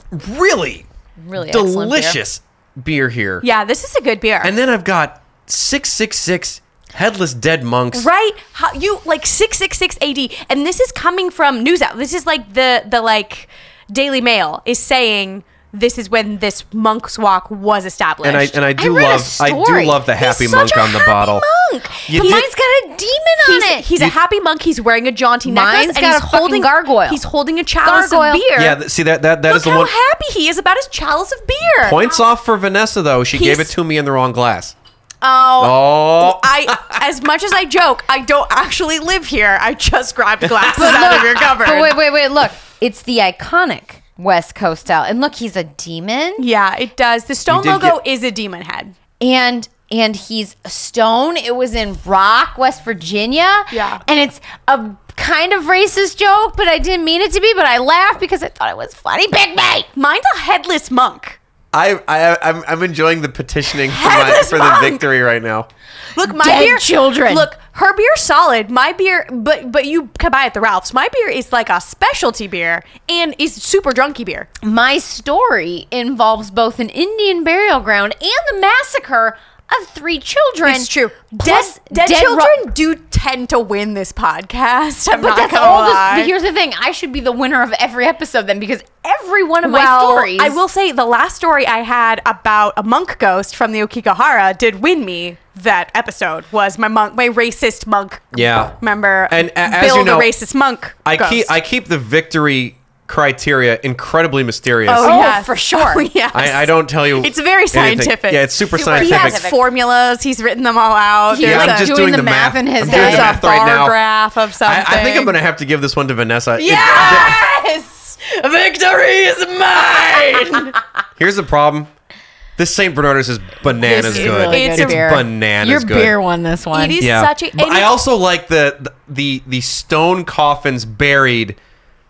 D: really,
B: Really excellent beer.
D: delicious beer. here,
C: Yeah, this is a good beer.
D: and then I've got six six six headless dead monks.
C: right? How you like six six six AD, and this is coming from news out. This is like the the like Daily Mail is saying this is when this monk's walk was established.
D: And I and I do
B: read a
D: love I
B: story.
D: do love the
B: He's
D: happy
B: such
D: monk
B: a
D: on the
B: happy
D: bottle.
C: monk.
D: You
B: But
D: did-
B: mine's got a demon on
C: He's,
B: it.
C: he's a happy monk. He's wearing a jaunty necklace,
B: Mine's
C: and
B: got
C: he's
B: a fucking
C: holding
B: gargoyle.
C: He's holding a chalice
B: Gargoyle.
C: of beer.
D: Yeah, th- see that that that
C: Look
D: is the
C: how
D: one.
C: happy he is about his chalice of beer.
D: Points off for Vanessa though. She gave it
C: He's-
D: to me in the wrong glass.
C: Oh,
D: Oh,
C: I, as much as I joke, I don't actually live here. I just grabbed glasses
B: But
C: out of
B: look-
C: your cupboard.
B: But Oh, wait, wait, wait. Look, it's the iconic West Coast style, and look, he's a demon,
C: Yeah, it does. The stone
D: You did
C: logo
D: get-
C: is a demon head.
B: and and he's a stone. It was in Rock, West Virginia.
C: Yeah.
B: and it's a kind of racist joke, but I didn't mean it to be. But I laughed because I thought it was funny. Big mate.
C: Mine's a headless monk.
D: I, I I'm, I'm enjoying the petitioning for, my,
C: Headless
D: for the
C: monk!
D: victory right now.
C: Look, my
B: Dead
C: beer.
B: children.
C: Look, her beer's solid. My beer, but but you can buy it at the Ralphs. My beer is like a specialty beer and is super drunky beer.
B: My story involves both an Indian burial ground and the massacre of three children.
C: It's true. Dead,
B: Plus,
C: dead,
B: ro-
C: children do tend to win this podcast. I'm
B: But
C: not
B: that's
C: gonna
B: all.
C: lie.
B: This, here's the thing: I should be the winner of every episode then, because every one of my stories.
C: I will say the last story I had about a monk ghost from the Okigahara did win me that episode was my monk my racist monk
D: Yeah.
C: member
D: And a- as
C: Bill
D: you know,
C: the racist monk
D: I
C: ghost.
D: keep I keep the victory criteria incredibly mysterious.
B: Oh,
C: yes.
B: for sure.
C: Oh, yes.
D: I, I don't tell you.
C: It's very
D: anything.
C: scientific.
D: Yeah, it's super,
B: Super
C: he
D: scientific.
C: has formulas he's written them all out
B: He's
D: Yeah,
B: like
D: I'm just
B: doing
D: doing
B: the
D: the
B: math
D: math
B: in his
D: I'm doing
C: there's
D: the
C: a
B: head.
D: math right
C: bar
D: now.
C: graph of something
D: I, I think I'm gonna have to give this one to Vanessa. It-
C: yes victory is mine
D: here's the problem. This Saint Bernardus is bananas
B: is
D: good.
B: really
C: It's
B: good
C: a
B: beer.
D: bananas
B: Your
D: good.
B: beer won this one.
C: it is
D: Yeah.
C: such a
D: But
C: and
D: I
C: it-
D: also like the the the stone coffins buried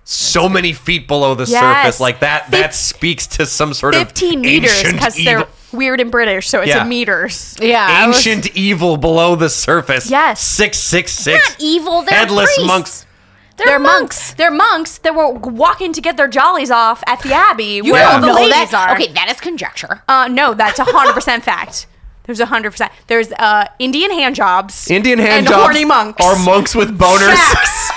D: so many feet below the
C: Yes.
D: surface. Like that
C: Fif-
D: that speaks to some sort of
C: 15 meters
D: ancient
C: because
D: evil,
C: they're weird in British so it's
D: Yeah.
C: in meters
B: yeah. I was-
D: ancient evil below the surface.
C: Yes.
D: six six six.
B: Not evil, they're
D: headless
B: priests.
D: monks.
B: they're,
C: They're monks.
B: monks.
C: They're monks that were walking to get their jollies off at the Abbey where
D: don't
C: all the
D: know
C: ladies
B: that,
C: are.
B: Okay, that is conjecture.
C: Uh, no, that's a hundred percent fact. There's a hundred percent. There's uh, Indian hand jobs.
D: Indian hand
C: and
D: jobs
C: horny monks.
D: are monks with boners.
C: facts.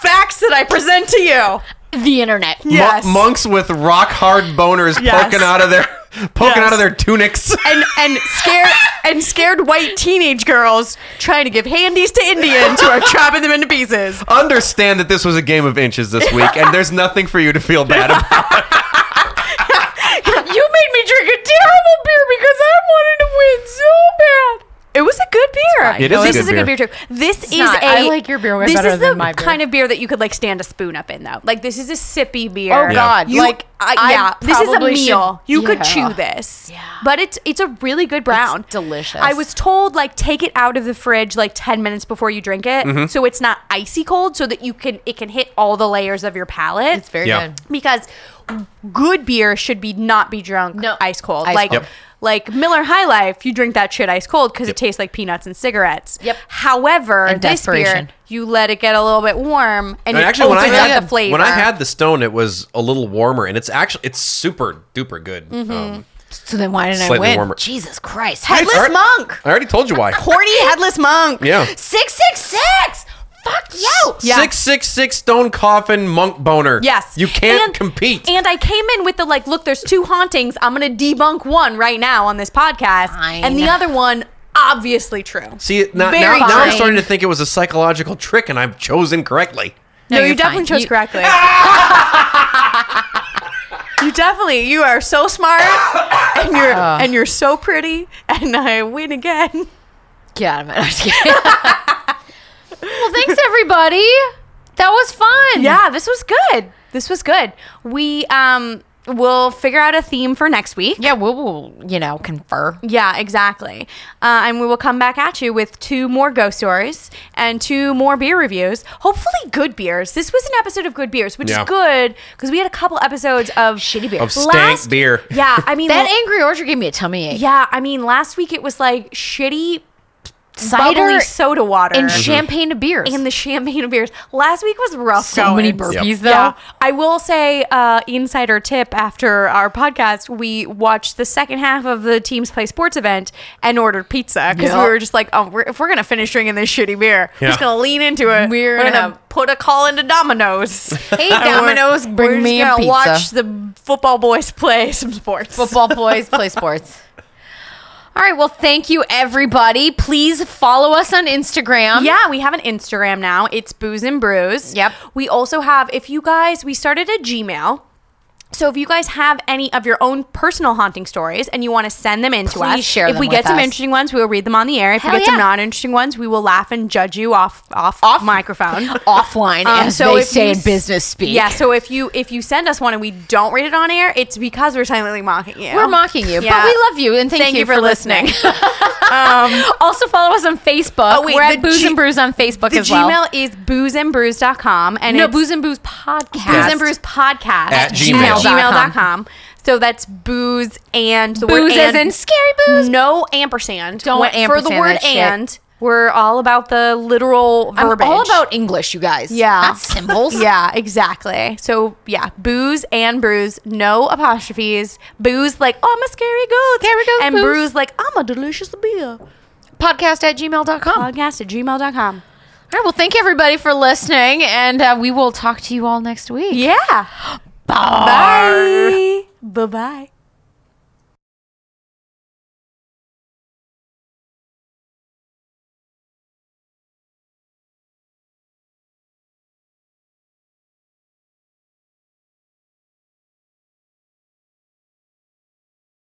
C: facts that I present to you.
B: the internet.
D: Mo-
C: Yes.
D: monks with rock hard boners
C: Yes.
D: poking out of their poking
C: Yes.
D: out of their tunics.
C: And and scared and scared white teenage girls trying to give handies to Indians who are chopping them into pieces.
D: Understand that this was a game of inches this week, and there's nothing for you to feel bad about.
C: You made me drink a terrible beer because I wanted to win so bad. It was a good beer.
B: fine. It
F: is a
C: this
F: good
C: is a good
F: beer.
C: beer too. This is
B: not-
C: a.
B: I like your beer way
C: this
B: better
C: is
B: than
C: the
B: my beer.
C: kind of beer that you could like stand a spoon up in though. Like this is a sippy beer.
B: Oh, God.
C: You-
B: Like, I
C: yeah. This is a
B: probably should-
C: meal. you could
B: yeah.
C: chew this. Yeah. But it's it's a really good brown.
B: delicious.
C: I was told like take it out of the fridge like ten minutes before you drink it,
F: Mm-hmm.
C: so it's not icy cold, so that you can it can hit all the layers of your palate
B: It's very
D: Yeah.
B: good.
C: because good beer should be not be drunk
B: No.
C: ice cold.
B: Ice
C: like
B: cold. Yep.
C: like Miller High Life, you drink that shit ice cold because it tastes like peanuts and cigarettes.
B: Yep.
C: However,
B: And
C: this beer
B: desperation.
C: you let it get a little bit warm and,
D: And
C: it
D: actually, when I
C: opens
D: had
C: up the flavor.
D: when I had the stone, it was a little warmer, and it's actually it's super duper good.
C: Mm-hmm.
D: Um,
B: So then why didn't I
D: Slightly
B: win?
D: warmer.
B: Jesus Christ.
D: I
B: Headless
D: already-
B: monk.
D: I already told you why.
C: horny headless monk.
D: Yeah.
B: 666. Fuck you.
C: Yeah.
D: Six six six stone coffin monk boner.
C: Yes.
D: you can't
C: And-
D: compete.
C: And I came in with the like, look, there's two hauntings. I'm gonna debunk one right now on this podcast,
B: Fine.
C: and the other one obviously true.
D: See, now, now,
C: Very
D: now I'm
B: fine.
D: starting to think it was a psychological trick, and I've chosen correctly.
C: No, you
B: you're
C: definitely
B: fine.
C: chose
B: You-
C: correctly. you definitely you are so smart and you're
B: Oh.
C: and you're so pretty and I win again.
B: Get out of it. I'm just kidding. well, thanks, everybody. That was fun.
C: Yeah, this was good. This was good. We um will figure out a theme for next week.
B: Yeah, we'll, we'll you know, confer.
C: Yeah, exactly. Uh, and we will come back at you with two more ghost stories and two more beer reviews. Hopefully, good beers. This was an episode of good beers, which
D: Yeah.
C: is good because we had a couple episodes of
B: Shitty beer.
D: Of stank beer.
C: Yeah, I mean
B: That Angry Orchard gave me a tummy ache.
C: Yeah, I mean, last week it was like shitty
B: Cider
C: bubbly soda water
B: and champagne to beers.
C: and the champagne and beers. Last week was rough.
B: so many
C: goings.
B: burpees,
D: Yep.
B: though.
C: Yeah, I will say, uh, insider tip: after our podcast, we watched the second half of the teams play sports event and ordered pizza because
B: Yeah.
C: we were just like, "Oh, we're, if we're gonna finish drinking this shitty beer, we're just
D: Yeah.
C: gonna lean into it.
B: We're
C: gonna,
B: gonna-
C: put a call into Domino's.
B: Hey,
C: And we're-
B: Domino's, bring
C: we're just
B: me a
C: gonna
B: pizza.
C: Watch the football boys play some sports.
B: football boys play sports. All right. Well, thank you, everybody. Please follow us on Instagram.
C: Yeah, we have an Instagram now. It's Booze and Brews.
B: Yep.
C: We also have, if you guys, we started a Gmail. So if you guys have any of your own personal haunting stories and you want to send them in to
B: Please
C: us,
B: share
C: if
B: them
C: we
B: with
C: get some
B: us.
C: interesting ones, we will read them on the air. If
B: Hell
C: we get some
B: yeah.
C: non-interesting ones, we will laugh and judge you off off off microphone.
B: Offline,
C: Um,
B: as they
C: if
B: say
C: you
B: in
C: s-
B: business speak.
C: Yeah, so if you if you send us one and we don't read it on air, it's because we're silently mocking you.
B: we're mocking you,
C: Yeah.
B: but we love you and thank, you, for listening.
C: Um,
B: also, follow us on Facebook.
C: Oh, wait,
B: we're
C: the
B: at Booze
C: G-
B: and Brews on Facebook
C: the
B: as well.
C: Gmail is boozeandbrews.com and
B: no,
C: it's
B: Booze and Brews podcast.
C: Booze and Brews podcast
D: At gmail.
C: gmail.com. So that's booze and the
B: Booze
C: word
B: as
C: and.
B: in scary booze.
C: no ampersand.
B: Don't
C: Went for the
B: ampersand
C: word
B: that shit.
C: and. We're all about the literal
B: I'm
C: verbiage.
B: all about English, you guys.
C: yeah
B: Not symbols.
C: yeah, exactly. So yeah, booze and brews, no apostrophes. Booze like oh, I'm a scary goat.
B: Scary goat
C: and
B: booze.
C: brews like I'm a delicious beer.
B: Podcast at gmail.com. All
C: Podcast at gmail.com.
B: right. Well, thank everybody for listening, and uh, we will talk to you all next week.
C: Yeah. Bye. Bye. Bye. Bye.